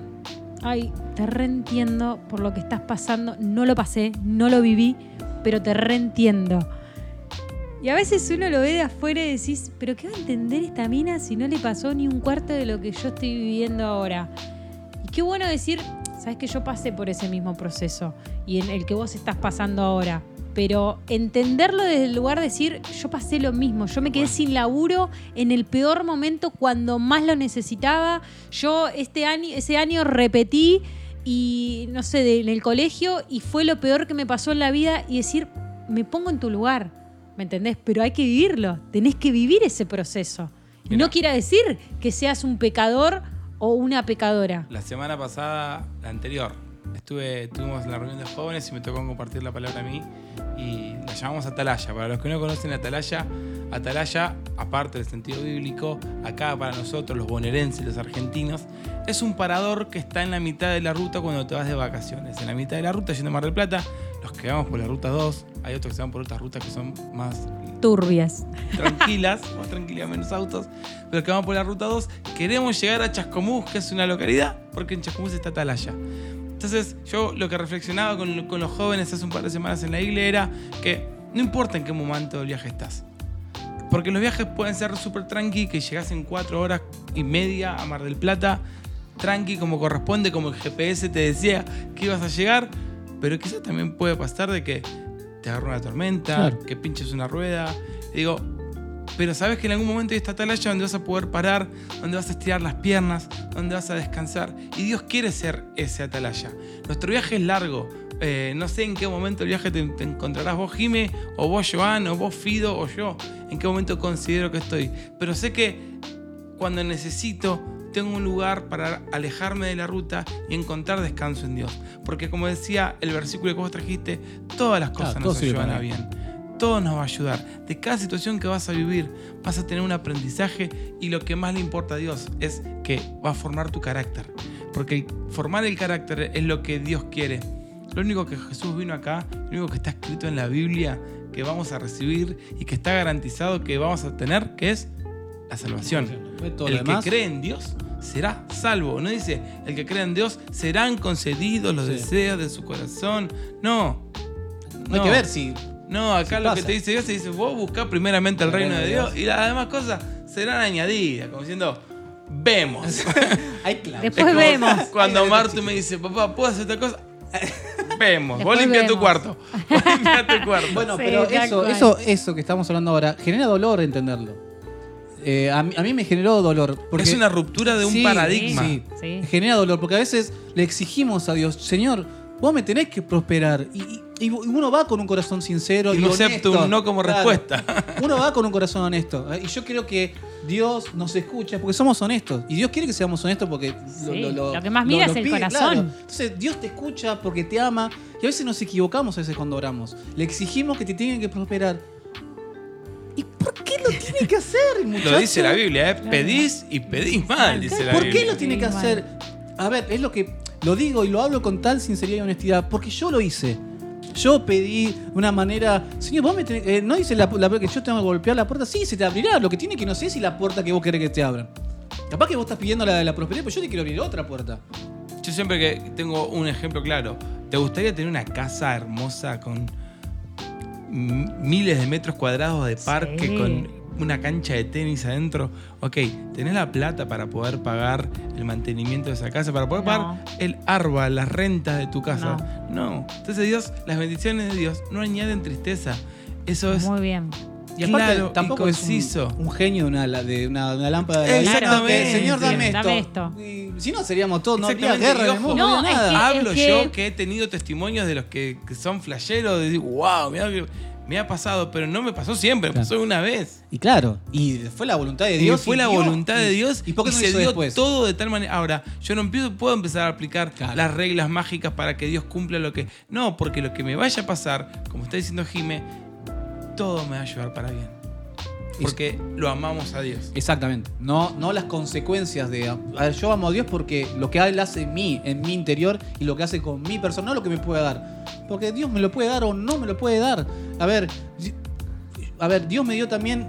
[SPEAKER 2] ay, te reentiendo por lo que estás pasando. No lo pasé, no lo viví, pero te reentiendo. Y a veces uno lo ve de afuera y decís, pero ¿qué va a entender esta mina si no le pasó ni un cuarto de lo que yo estoy viviendo ahora? Y qué bueno decir, sabes que yo pasé por ese mismo proceso y en el que vos estás pasando ahora. Pero entenderlo desde el lugar de decir, yo pasé lo mismo, yo me quedé sin laburo en el peor momento cuando más lo necesitaba. Yo este año, ese año repetí y no sé, de- en el colegio y fue lo peor que me pasó en la vida y decir, me pongo en tu lugar, ¿me entendés? Pero hay que vivirlo, tenés que vivir ese proceso. Y No quiera decir que seas un pecador o una pecadora.
[SPEAKER 1] la semana pasada, la anterior, estuve, tuvimos la reunión de jóvenes y me tocó compartir la palabra a mí y la llamamos Atalaya. Para los que no conocen Atalaya, Atalaya, aparte del sentido bíblico, acá para nosotros, los bonaerenses, los argentinos, es un parador que está en la mitad de la ruta cuando te vas de vacaciones. En la mitad de la ruta, yendo a Mar del Plata, los que vamos por la ruta 2, hay otros que se van por otras rutas que son más
[SPEAKER 2] Turbias.
[SPEAKER 1] tranquilas, más tranquilas, menos autos, pero que vamos por la ruta 2. Queremos llegar a Chascomús, que es una localidad, porque en Chascomús está Atalaya. Entonces, yo lo que reflexionaba con, con los jóvenes hace un par de semanas en la iglesia era que no importa en qué momento del viaje estás. Porque los viajes pueden ser súper tranqui, que llegás en 4 horas y media a Mar del Plata, tranqui como corresponde, como el GPS te decía que ibas a llegar, pero quizás también puede pasar de que te agarre una tormenta,
[SPEAKER 3] Claro.
[SPEAKER 1] que pinches una rueda. Y digo, pero sabes que en algún momento hay esta atalaya donde vas a poder parar, donde vas a estirar las piernas, donde vas a descansar. Y Dios quiere ser ese atalaya. Nuestro viaje es largo. Eh, no sé en qué momento el viaje te, te encontrarás vos, Jime, o vos, Joan, o vos, Fido, o yo. En qué momento considero que estoy. Pero sé que cuando necesito, tengo un lugar para alejarme de la ruta y encontrar descanso en Dios. Porque como decía el versículo que vos trajiste, todas las cosas
[SPEAKER 3] Claro, todo
[SPEAKER 1] nos
[SPEAKER 3] sirve
[SPEAKER 1] ayudan
[SPEAKER 3] para
[SPEAKER 1] a bien. Todo nos va a ayudar. De cada situación que vas a vivir, vas a tener un aprendizaje y lo que más le importa a Dios es que va a formar tu carácter. Porque el- formar el carácter es lo que Dios quiere. Lo único que Jesús vino acá, lo único que está escrito en la Biblia, que vamos a recibir y que está garantizado que vamos a tener, que es la salvación
[SPEAKER 3] Fue todo
[SPEAKER 1] el
[SPEAKER 3] lo demás.
[SPEAKER 1] que cree en Dios será salvo. No dice, el que cree en Dios serán concedidos los
[SPEAKER 3] Sí.
[SPEAKER 1] deseos de su corazón. No.
[SPEAKER 3] No hay que ver si.
[SPEAKER 1] No, acá
[SPEAKER 3] si
[SPEAKER 1] lo
[SPEAKER 3] pasa.
[SPEAKER 1] que te dice Dios te dice, vos buscá primeramente el reino de Dios y las demás cosas serán añadidas, como diciendo, vemos.
[SPEAKER 3] Hay clave.
[SPEAKER 2] Después
[SPEAKER 1] Es como
[SPEAKER 2] vemos.
[SPEAKER 1] Cuando Martu me dice, papá, ¿puedo hacer otra cosa? Vemos. Vos
[SPEAKER 2] Después
[SPEAKER 1] limpia tu
[SPEAKER 2] vemos.
[SPEAKER 1] cuarto. Vos limpia tu cuarto.
[SPEAKER 3] Bueno,
[SPEAKER 2] Sí,
[SPEAKER 3] pero
[SPEAKER 2] tal
[SPEAKER 3] eso,
[SPEAKER 2] cual.
[SPEAKER 3] eso, eso que estamos hablando ahora genera dolor entenderlo. Eh, a, mí, a mí me generó dolor. Porque
[SPEAKER 1] es una ruptura de un
[SPEAKER 3] Sí,
[SPEAKER 1] paradigma.
[SPEAKER 3] sí,
[SPEAKER 2] Sí.
[SPEAKER 3] Genera dolor, porque a veces le exigimos a Dios, Señor, vos me tenés que prosperar. Y, y- y uno va con un corazón sincero.
[SPEAKER 1] Y
[SPEAKER 3] Y,
[SPEAKER 1] no acepta
[SPEAKER 3] honesto.
[SPEAKER 1] un no como
[SPEAKER 3] Claro.
[SPEAKER 1] respuesta.
[SPEAKER 3] Uno va con un corazón honesto. ¿eh? Y yo creo que Dios nos escucha porque somos honestos. Y Dios quiere que seamos honestos porque
[SPEAKER 2] Sí, lo que más mira es el corazón.
[SPEAKER 3] Entonces, Dios te escucha porque te ama. Y a veces nos equivocamos a veces cuando oramos. Le exigimos que te tienen que prosperar. ¿Y por qué lo tiene que hacer, muchacho?
[SPEAKER 1] Lo dice la Biblia, ¿eh? Pedís y pedís mal, dice la
[SPEAKER 3] ¿Por
[SPEAKER 1] Biblia.
[SPEAKER 3] qué lo tiene que
[SPEAKER 2] Sí,
[SPEAKER 3] hacer? A ver, es lo que lo digo y lo hablo con tal sinceridad y honestidad, porque yo lo hice. Yo pedí de una manera, señor, vos me tenés- eh, no dice la, la que yo tengo que golpear la puerta, sí, se te abrirá, lo que tiene que no sé si la puerta que vos querés que te abran. Capaz que vos estás pidiendo la de la prosperidad, pero yo te quiero abrir otra puerta.
[SPEAKER 1] Yo siempre que tengo un ejemplo claro, ¿te gustaría tener una casa hermosa con m- miles de metros cuadrados de parque,
[SPEAKER 2] Sí.
[SPEAKER 1] con una cancha de tenis adentro? Ok, ¿tenés la plata para poder pagar el mantenimiento de esa casa, para poder
[SPEAKER 2] No.
[SPEAKER 1] pagar el arba, las rentas de tu casa? No. Entonces Dios, las bendiciones de Dios no añaden tristeza. Eso es
[SPEAKER 2] Muy bien.
[SPEAKER 3] Y aparte,
[SPEAKER 7] claro,
[SPEAKER 3] tampoco
[SPEAKER 7] y
[SPEAKER 3] es un,
[SPEAKER 7] conciso.
[SPEAKER 3] un genio de una, la- de una, de una lámpara de
[SPEAKER 7] Exactamente.
[SPEAKER 3] Que, Señor, dame esto.
[SPEAKER 2] Dame
[SPEAKER 3] Y si no, seríamos todos, no habría
[SPEAKER 7] Exactamente,
[SPEAKER 3] guerra
[SPEAKER 7] y
[SPEAKER 3] en el
[SPEAKER 7] ojo,
[SPEAKER 3] mundo,
[SPEAKER 2] No,
[SPEAKER 3] no habría
[SPEAKER 2] es
[SPEAKER 3] nada.
[SPEAKER 2] que-
[SPEAKER 7] Hablo
[SPEAKER 2] que-
[SPEAKER 7] yo que he tenido testimonios de los que, que son flasheros, de decir, wow, mirá que me ha pasado, pero no me pasó siempre, me
[SPEAKER 3] Claro.
[SPEAKER 7] pasó una vez.
[SPEAKER 3] Y claro, y fue la voluntad de
[SPEAKER 7] Y
[SPEAKER 3] Dios.
[SPEAKER 7] fue
[SPEAKER 3] y
[SPEAKER 7] la
[SPEAKER 3] Dios-
[SPEAKER 7] voluntad de Dios
[SPEAKER 3] ¿Y por qué no
[SPEAKER 7] se
[SPEAKER 3] hizo
[SPEAKER 7] dio
[SPEAKER 3] después?
[SPEAKER 7] todo de tal manera? Ahora, yo no empiezo, puedo empezar a aplicar
[SPEAKER 3] Claro.
[SPEAKER 7] las reglas mágicas para que Dios cumpla lo que... No, porque lo que me vaya a pasar, como está diciendo Jime, todo me va a llevar para bien. Porque lo amamos a Dios.
[SPEAKER 3] Exactamente. No, no las consecuencias de. a ver, yo amo a Dios porque lo que Él hace en mí, en mi interior, y lo que hace con mi persona, no lo que me puede dar. Porque Dios me lo puede dar o no me lo puede dar. A ver, di- a ver, Dios me dio también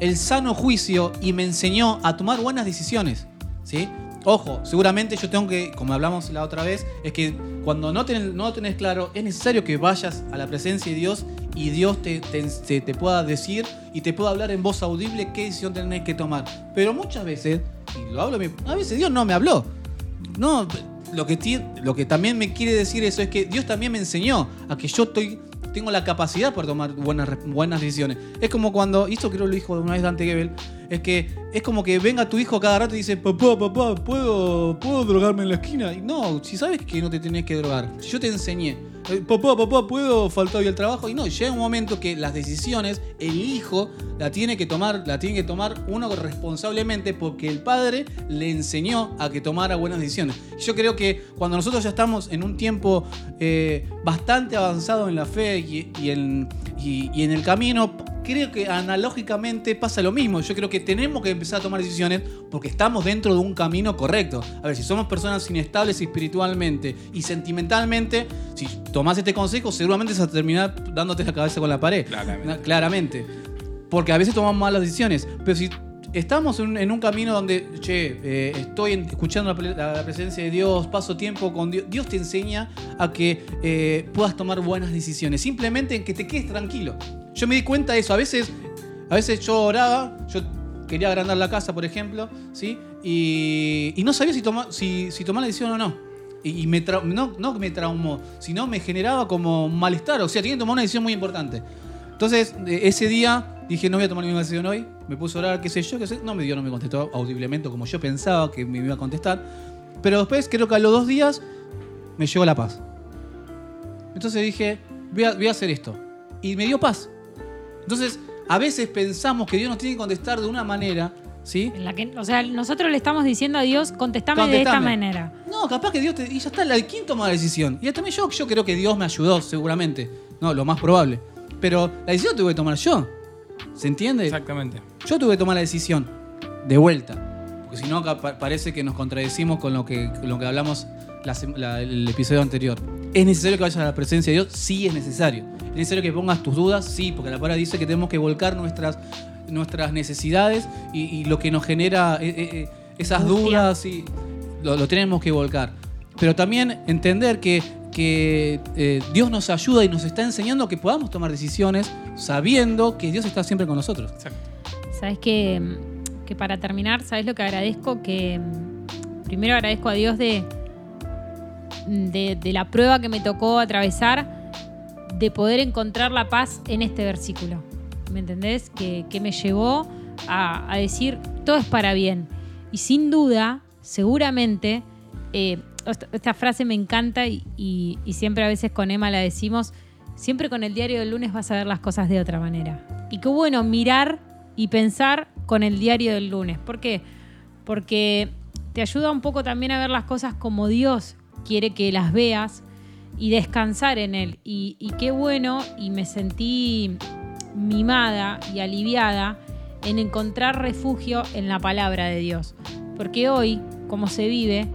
[SPEAKER 3] el sano juicio y me enseñó a tomar buenas decisiones. ¿Sí? Ojo, seguramente yo tengo que, como hablamos la otra vez, es que cuando no tenés, no tenés claro, es necesario que vayas a la presencia de Dios y Dios te, te, se- te pueda decir y te pueda hablar en voz audible qué decisión tenés que tomar. Pero muchas veces, y lo hablo, mi- a veces Dios no me habló. No, lo que, ti- lo que también me quiere decir eso es que Dios también me enseñó a que yo estoy, tengo la capacidad para tomar buenas, re- buenas decisiones. Es como cuando, y esto creo lo dijo una vez Dante Gebel, es que es como que venga tu hijo cada rato y dice, papá, papá, ¿puedo, puedo drogarme en la esquina? Y no, si sabes que no te tenés que drogar, si yo te enseñé. "Eh, Papá, papá, ¿puedo faltar hoy al trabajo? Y no, llega un momento que las decisiones el hijo la tiene que tomar, la tiene que tomar uno responsablemente porque el padre le enseñó a que tomara buenas decisiones. Yo creo que cuando nosotros ya estamos en un tiempo eh, bastante avanzado en la fe y, y en, y- y en el camino, creo que analógicamente pasa lo mismo. Yo creo que tenemos que empezar a tomar decisiones porque estamos dentro de un camino correcto. A ver, si somos personas inestables espiritualmente y sentimentalmente, si tomás este consejo, seguramente vas a terminar dándote la cabeza con la pared.
[SPEAKER 7] Claramente.
[SPEAKER 3] Na- Claramente. Porque a veces tomamos malas decisiones. Pero si estamos en, un- en un camino donde, che, eh, estoy en- escuchando la, pre- la- la presencia de Dios, paso tiempo con Dios, Dios te enseña a que eh, puedas tomar buenas decisiones. Simplemente en que te quedes tranquilo. Yo me di cuenta de eso. A veces, a veces yo oraba, yo quería agrandar la casa, por ejemplo, ¿sí? Y, y no sabía si, toma, si, si tomar la decisión o no. Y, y me trau- no, no que me traumó, sino me generaba como un malestar. O sea, tenía que tomar una decisión muy importante. Entonces, eh, ese día dije, no voy a tomar ninguna decisión hoy. Me puse a orar, qué sé yo, qué sé. No me dio, no me contestó audiblemente como yo pensaba que me iba a contestar. Pero después, creo que a los dos días, me llegó la paz. Entonces dije, voy a, voy a hacer esto. Y me dio paz. Entonces, a veces pensamos que Dios nos tiene que contestar de una manera, ¿sí?
[SPEAKER 2] En la que, o sea, nosotros le estamos diciendo a Dios, contestame, de esta
[SPEAKER 3] Contestame.
[SPEAKER 2] manera.
[SPEAKER 3] No, capaz que Dios te. Y ya está, la quinta toma la decisión. Y también yo, yo creo que Dios me ayudó, seguramente. No, lo más probable. Pero la decisión tuve que tomar yo. ¿Se entiende?
[SPEAKER 7] Exactamente.
[SPEAKER 3] Yo tuve que tomar la decisión de vuelta. Porque si no, acá pa- parece que nos contradecimos con lo que, con lo que hablamos la sem- la- el episodio anterior. ¿Es necesario que vayas a la presencia de Dios? Sí, es necesario. ¿Es necesario que pongas tus dudas? Sí, porque la palabra dice que tenemos que volcar nuestras, nuestras necesidades y, y lo que nos genera eh, eh, eh, esas
[SPEAKER 2] Angustia.
[SPEAKER 3] dudas y lo, lo tenemos que volcar. Pero también entender que, que, eh, Dios nos ayuda y nos está enseñando que podamos tomar decisiones sabiendo que Dios está siempre con nosotros.
[SPEAKER 2] Sabes que, mm, que para terminar, ¿sabes lo que agradezco? Que mm, primero agradezco a Dios de, mm, de, de la prueba que me tocó atravesar, de poder encontrar la paz en este versículo. ¿Me entendés? Que, que me llevó a, a decir, todo es para bien. Y sin duda, seguramente, eh, esta, esta frase me encanta y, y- y siempre a veces con Emma la decimos, siempre con el diario del lunes vas a ver las cosas de otra manera. Y qué bueno mirar y pensar con el diario del lunes. ¿Por qué? Porque te ayuda un poco también a ver las cosas como Dios quiere que las veas y descansar en Él. Y, y qué bueno, y me sentí mimada y aliviada en encontrar refugio en la palabra de Dios. Porque hoy, como se vive,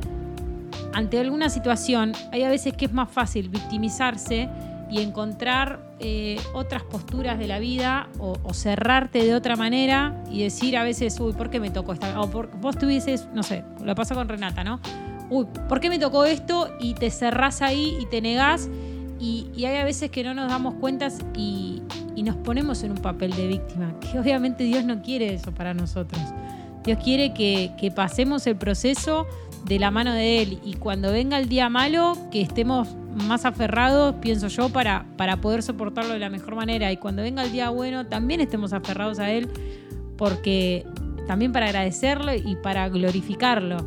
[SPEAKER 2] ante alguna situación, hay a veces que es más fácil victimizarse y encontrar eh, otras posturas de la vida o, o cerrarte de otra manera y decir a veces, uy, ¿por qué me tocó esta? O por, vos tuvieses, no sé, lo pasó con Renata, ¿no? Uy, ¿por qué me tocó esto? Y te cerrás ahí y te negás. Y, y hay a veces que no nos damos cuentas y, y nos ponemos en un papel de víctima, que obviamente Dios no quiere eso para nosotros. Dios quiere que, que pasemos el proceso de la mano de Él y cuando venga el día malo, que estemos más aferrados, pienso yo, para, para poder soportarlo de la mejor manera. Y cuando venga el día bueno, también estemos aferrados a él, porque también para agradecerlo y para glorificarlo.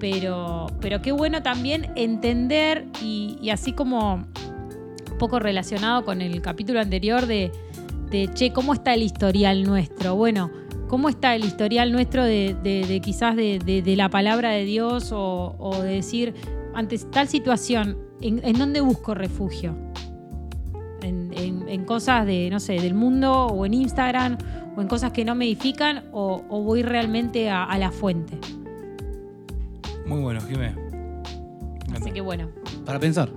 [SPEAKER 2] Pero, pero qué bueno también entender y, y así como un poco relacionado con el capítulo anterior de, de, che, ¿cómo está el historial nuestro? Bueno, ¿cómo está el historial nuestro de, de- de quizás de, de- de la palabra de Dios o, o de decir, ante tal situación, ¿en, en dónde busco refugio? En, en- en cosas de, no sé, del mundo o en Instagram o en cosas que no me edifican o, o voy realmente a, a la fuente.
[SPEAKER 1] Muy bueno, Jimé. Me
[SPEAKER 2] Así que
[SPEAKER 1] encantó.
[SPEAKER 2] bueno,
[SPEAKER 3] Para pensar.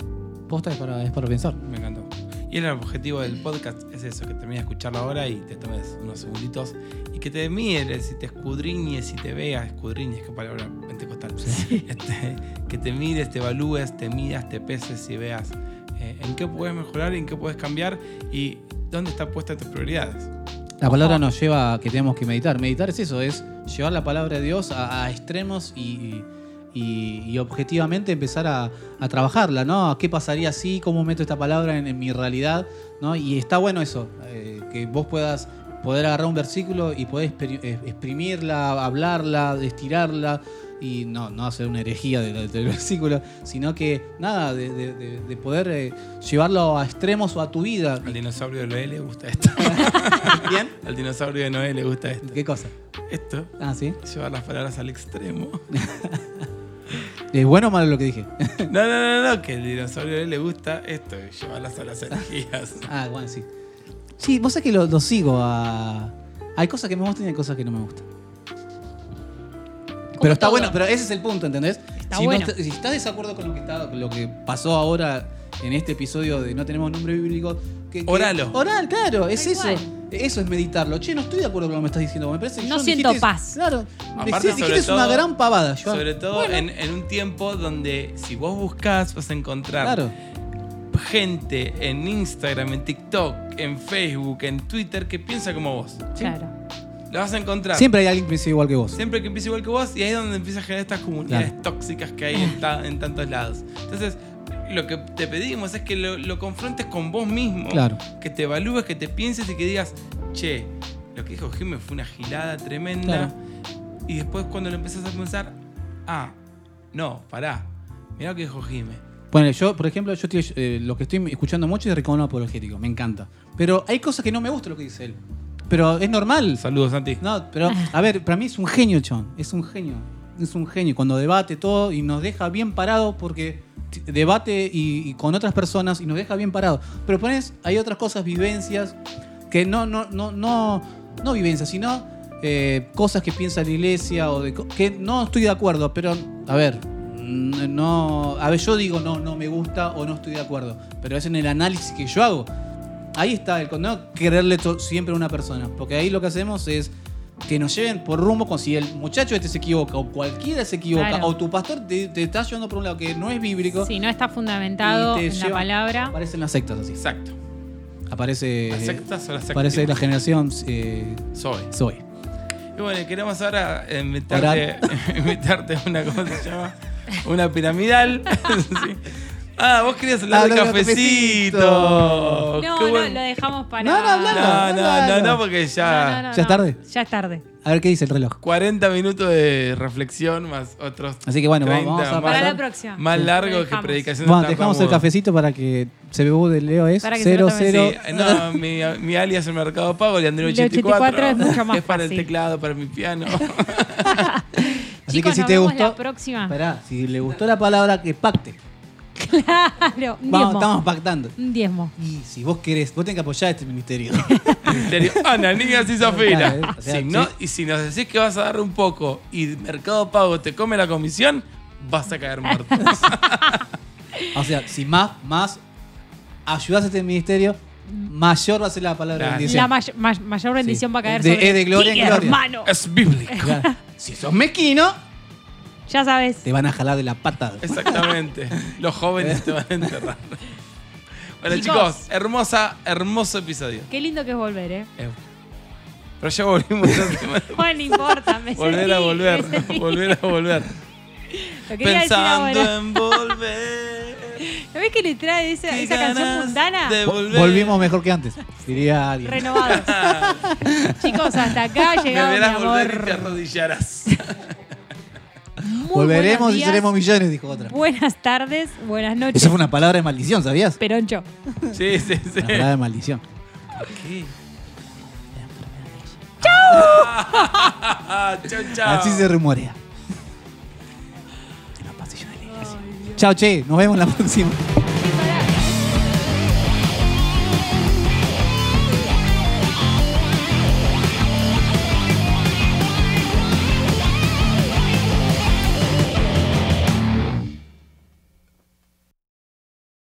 [SPEAKER 3] Posta es para, es para pensar.
[SPEAKER 1] Me encantó. Y el objetivo del podcast es eso, que termines de escucharlo ahora y te tomes unos segunditos y que te mires y te escudriñes y te veas, escudriñes, qué palabra pentecostal. Este, que te mires, te evalúes, te midas, te peses y veas eh, en qué puedes mejorar y en qué puedes cambiar y dónde están puestas tus prioridades.
[SPEAKER 3] La palabra nos lleva a que tenemos que meditar. Meditar es eso, es llevar la palabra de Dios a, a extremos y, y- y objetivamente empezar a, a trabajarla, ¿no? ¿A ¿Qué pasaría si, cómo meto esta palabra en, en mi realidad? ¿no? Y está bueno eso, eh, que vos puedas poder agarrar un versículo y poder expri- eh, exprimirla, hablarla, estirarla y no, no hacer una herejía del, del versículo, sino que nada, de, de- de- de poder eh, llevarlo a extremos o a tu vida.
[SPEAKER 1] Al dinosaurio de Noé le gusta esto.
[SPEAKER 3] ¿Bien?
[SPEAKER 1] Al dinosaurio de Noé le gusta esto.
[SPEAKER 3] ¿Qué cosa?
[SPEAKER 1] Esto,
[SPEAKER 3] Ah, sí.
[SPEAKER 1] llevar las palabras al extremo.
[SPEAKER 3] ¿Es bueno o malo lo que dije?
[SPEAKER 1] No, no, no, no, que al dinosaurio de Noé le gusta esto, llevarlas a las energías.
[SPEAKER 3] Ah, bueno, sí. Sí, vos sabés que lo, lo sigo a. Hay cosas que me gustan y hay cosas que no me gustan. Pero está
[SPEAKER 2] todo.
[SPEAKER 3] bueno, pero ese es el punto, ¿entendés?
[SPEAKER 2] Está
[SPEAKER 3] si, no
[SPEAKER 2] bueno.
[SPEAKER 3] está- si estás de desacuerdo con lo que, está, con lo que pasó ahora en este episodio de No tenemos nombre bíblico. Que, que-
[SPEAKER 1] Oralo.
[SPEAKER 3] Oral, claro, es
[SPEAKER 2] Tal
[SPEAKER 3] eso.
[SPEAKER 2] cual.
[SPEAKER 3] Eso es meditarlo. Che, no estoy de acuerdo con lo que me estás diciendo. Me parece que
[SPEAKER 2] No
[SPEAKER 3] yo
[SPEAKER 2] siento
[SPEAKER 3] dijiste-
[SPEAKER 2] paz.
[SPEAKER 3] Claro, me
[SPEAKER 1] Aparte,
[SPEAKER 3] dijiste
[SPEAKER 1] sobre
[SPEAKER 3] una
[SPEAKER 1] todo-
[SPEAKER 3] gran pavada. yo-
[SPEAKER 1] Sobre todo
[SPEAKER 3] Bueno,
[SPEAKER 1] en, en un tiempo donde si vos buscás vas a encontrar
[SPEAKER 3] Claro.
[SPEAKER 1] gente en Instagram, en TikTok, en Facebook, en Twitter que piensa como vos.
[SPEAKER 2] claro.
[SPEAKER 1] La vas a encontrar.
[SPEAKER 3] Siempre hay alguien que piensa igual que vos.
[SPEAKER 1] Siempre que empieza igual que vos y ahí es donde empieza a generar estas comunidades
[SPEAKER 3] Claro.
[SPEAKER 1] tóxicas que hay en, ta- en tantos lados. Entonces, lo que te pedimos es que lo, lo confrontes con vos mismo.
[SPEAKER 3] Claro.
[SPEAKER 1] Que te evalúes, que te pienses y que digas, che, lo que dijo Jiménez fue una gilada tremenda.
[SPEAKER 3] Claro.
[SPEAKER 1] Y después cuando lo empezás a pensar, ah, no, pará. Mirá lo que dijo Jiménez.
[SPEAKER 3] Bueno, yo, por ejemplo, yo estoy, eh, lo que estoy escuchando mucho es Ricardo Apologético, me encanta. Pero hay cosas que no me gusta lo que dice él. Pero es normal.
[SPEAKER 1] Saludos, Santi.
[SPEAKER 3] No, pero a ver, para mí es un genio, Chon. Es un genio. Es un genio. Cuando debate todo y nos deja bien parados porque t- debate y, y con otras personas y nos deja bien parados. Pero pones, hay otras cosas, vivencias, que no, no, no, no, no vivencias, sino eh, cosas que piensa la iglesia o de co- que no estoy de acuerdo, pero a ver. n- No, a ver, yo digo no, no me gusta o no estoy de acuerdo, pero es en el análisis que yo hago. Ahí está el no quererle to- siempre a una persona, porque ahí lo que hacemos es que nos lleven por rumbo con si el muchacho este se equivoca o cualquiera se equivoca
[SPEAKER 2] Claro.
[SPEAKER 3] o tu pastor te, te está llevando por un lado que no es bíblico.
[SPEAKER 2] Si no está fundamentado
[SPEAKER 3] Y te
[SPEAKER 2] en la
[SPEAKER 3] lleva-
[SPEAKER 2] palabra,
[SPEAKER 3] Aparecen las sectas así.
[SPEAKER 1] Exacto.
[SPEAKER 3] Aparece
[SPEAKER 1] ¿Las sectas o las
[SPEAKER 3] aparece Eh, la
[SPEAKER 1] activas?
[SPEAKER 3] generación eh,
[SPEAKER 1] Soy.
[SPEAKER 3] Zoe.
[SPEAKER 1] Y bueno, y queremos ahora invitarte, invitarte a una, ¿cómo se llama? Una piramidal. Sí. Ah, vos querías hablar
[SPEAKER 3] Ah,
[SPEAKER 1] de
[SPEAKER 3] lo del
[SPEAKER 1] cafecito.
[SPEAKER 3] cafecito.
[SPEAKER 2] no,
[SPEAKER 1] Qué
[SPEAKER 2] no,
[SPEAKER 1] bueno.
[SPEAKER 2] lo dejamos para.
[SPEAKER 3] No, no, hablalo.
[SPEAKER 1] no, no, no, no, porque ya
[SPEAKER 2] No, no, no,
[SPEAKER 3] ¿Ya
[SPEAKER 2] no.
[SPEAKER 3] es tarde?
[SPEAKER 2] Ya es tarde.
[SPEAKER 3] A ver qué dice el reloj.
[SPEAKER 1] 40 minutos de reflexión más otros.
[SPEAKER 3] Así que bueno,
[SPEAKER 1] 30
[SPEAKER 3] vamos a
[SPEAKER 1] más,
[SPEAKER 2] Para
[SPEAKER 3] pasar.
[SPEAKER 2] la próxima.
[SPEAKER 1] Más
[SPEAKER 2] Sí. Lo
[SPEAKER 1] largo que
[SPEAKER 2] dejamos.
[SPEAKER 1] predicación
[SPEAKER 3] Bueno,
[SPEAKER 1] de
[SPEAKER 3] dejamos el
[SPEAKER 1] tartamudo.
[SPEAKER 3] cafecito para que CBU de Leo es
[SPEAKER 2] Para que se lo tome.
[SPEAKER 3] 00.
[SPEAKER 1] Sí, no, mi, mi alias el Mercado Pago, Leandro
[SPEAKER 2] El 84
[SPEAKER 1] 84.
[SPEAKER 2] es mucho más
[SPEAKER 1] Es para
[SPEAKER 2] fácil.
[SPEAKER 1] el teclado, para mi piano.
[SPEAKER 3] Así
[SPEAKER 2] Chicos,
[SPEAKER 3] que si
[SPEAKER 2] nos
[SPEAKER 3] te
[SPEAKER 2] vemos
[SPEAKER 3] gustó.
[SPEAKER 2] la próxima.
[SPEAKER 3] Esperá, si le gustó la palabra, que pacte.
[SPEAKER 2] Claro, un
[SPEAKER 3] Vamos,
[SPEAKER 2] diezmo.
[SPEAKER 3] estamos pactando.
[SPEAKER 2] Un diezmo.
[SPEAKER 3] Y si vos querés, vos tenés que apoyar este ministerio.
[SPEAKER 1] Ministerio Ananías y
[SPEAKER 3] Claro, eh,
[SPEAKER 1] Zafira.
[SPEAKER 3] o sea,
[SPEAKER 1] Si no-
[SPEAKER 3] sí.
[SPEAKER 1] y si nos decís que vas a dar un poco y Mercado Pago te come la comisión, vas a caer muerto.
[SPEAKER 3] o sea, si más, más ayudás a este ministerio, mayor va a ser la palabra de
[SPEAKER 1] Claro.
[SPEAKER 3] bendición.
[SPEAKER 2] La may- may- mayor bendición
[SPEAKER 3] Sí.
[SPEAKER 2] va a caer
[SPEAKER 3] De-
[SPEAKER 2] sobre
[SPEAKER 1] eh,
[SPEAKER 3] es de gloria en
[SPEAKER 2] ti,
[SPEAKER 3] gloria.
[SPEAKER 2] hermano.
[SPEAKER 1] es bíblico.
[SPEAKER 3] Claro. Si sos mezquino,
[SPEAKER 2] Ya sabes.
[SPEAKER 3] te van a jalar de la pata.
[SPEAKER 1] Exactamente. Los jóvenes te van a enterrar. Bueno,
[SPEAKER 2] Chicos.
[SPEAKER 1] chicos, hermosa, hermoso episodio.
[SPEAKER 2] Qué lindo que es volver, ¿eh?
[SPEAKER 1] Eh, Pero ya volvimos la semana-
[SPEAKER 2] Bueno, no importa. Me
[SPEAKER 1] Volver a
[SPEAKER 2] sentí,
[SPEAKER 1] volver,
[SPEAKER 2] me sentí.
[SPEAKER 1] volver a volver.
[SPEAKER 2] Lo quería decir
[SPEAKER 1] Pensando
[SPEAKER 2] ahora.
[SPEAKER 1] en volver.
[SPEAKER 2] No ¿Sabés qué le trae esa,
[SPEAKER 1] Qué
[SPEAKER 2] esa canción
[SPEAKER 1] ganas
[SPEAKER 2] mundana?
[SPEAKER 1] de volver.
[SPEAKER 3] Volvimos mejor que antes, diría alguien.
[SPEAKER 2] Renovados. Chicos, hasta acá
[SPEAKER 1] Ah, Me
[SPEAKER 2] llegamos.
[SPEAKER 1] verás volver y te arrodillarás.
[SPEAKER 3] Volveremos y seremos millones, dijo otra.
[SPEAKER 2] Buenas tardes, buenas noches.
[SPEAKER 3] Esa fue una palabra de maldición, ¿sabías?
[SPEAKER 2] Peroncho.
[SPEAKER 1] Sí, sí, sí.
[SPEAKER 3] Una palabra de maldición.
[SPEAKER 1] Ah, chau, chau.
[SPEAKER 3] Así se rumorea. En los pasillos de la iglesia. Chao, che. Nos vemos la próxima.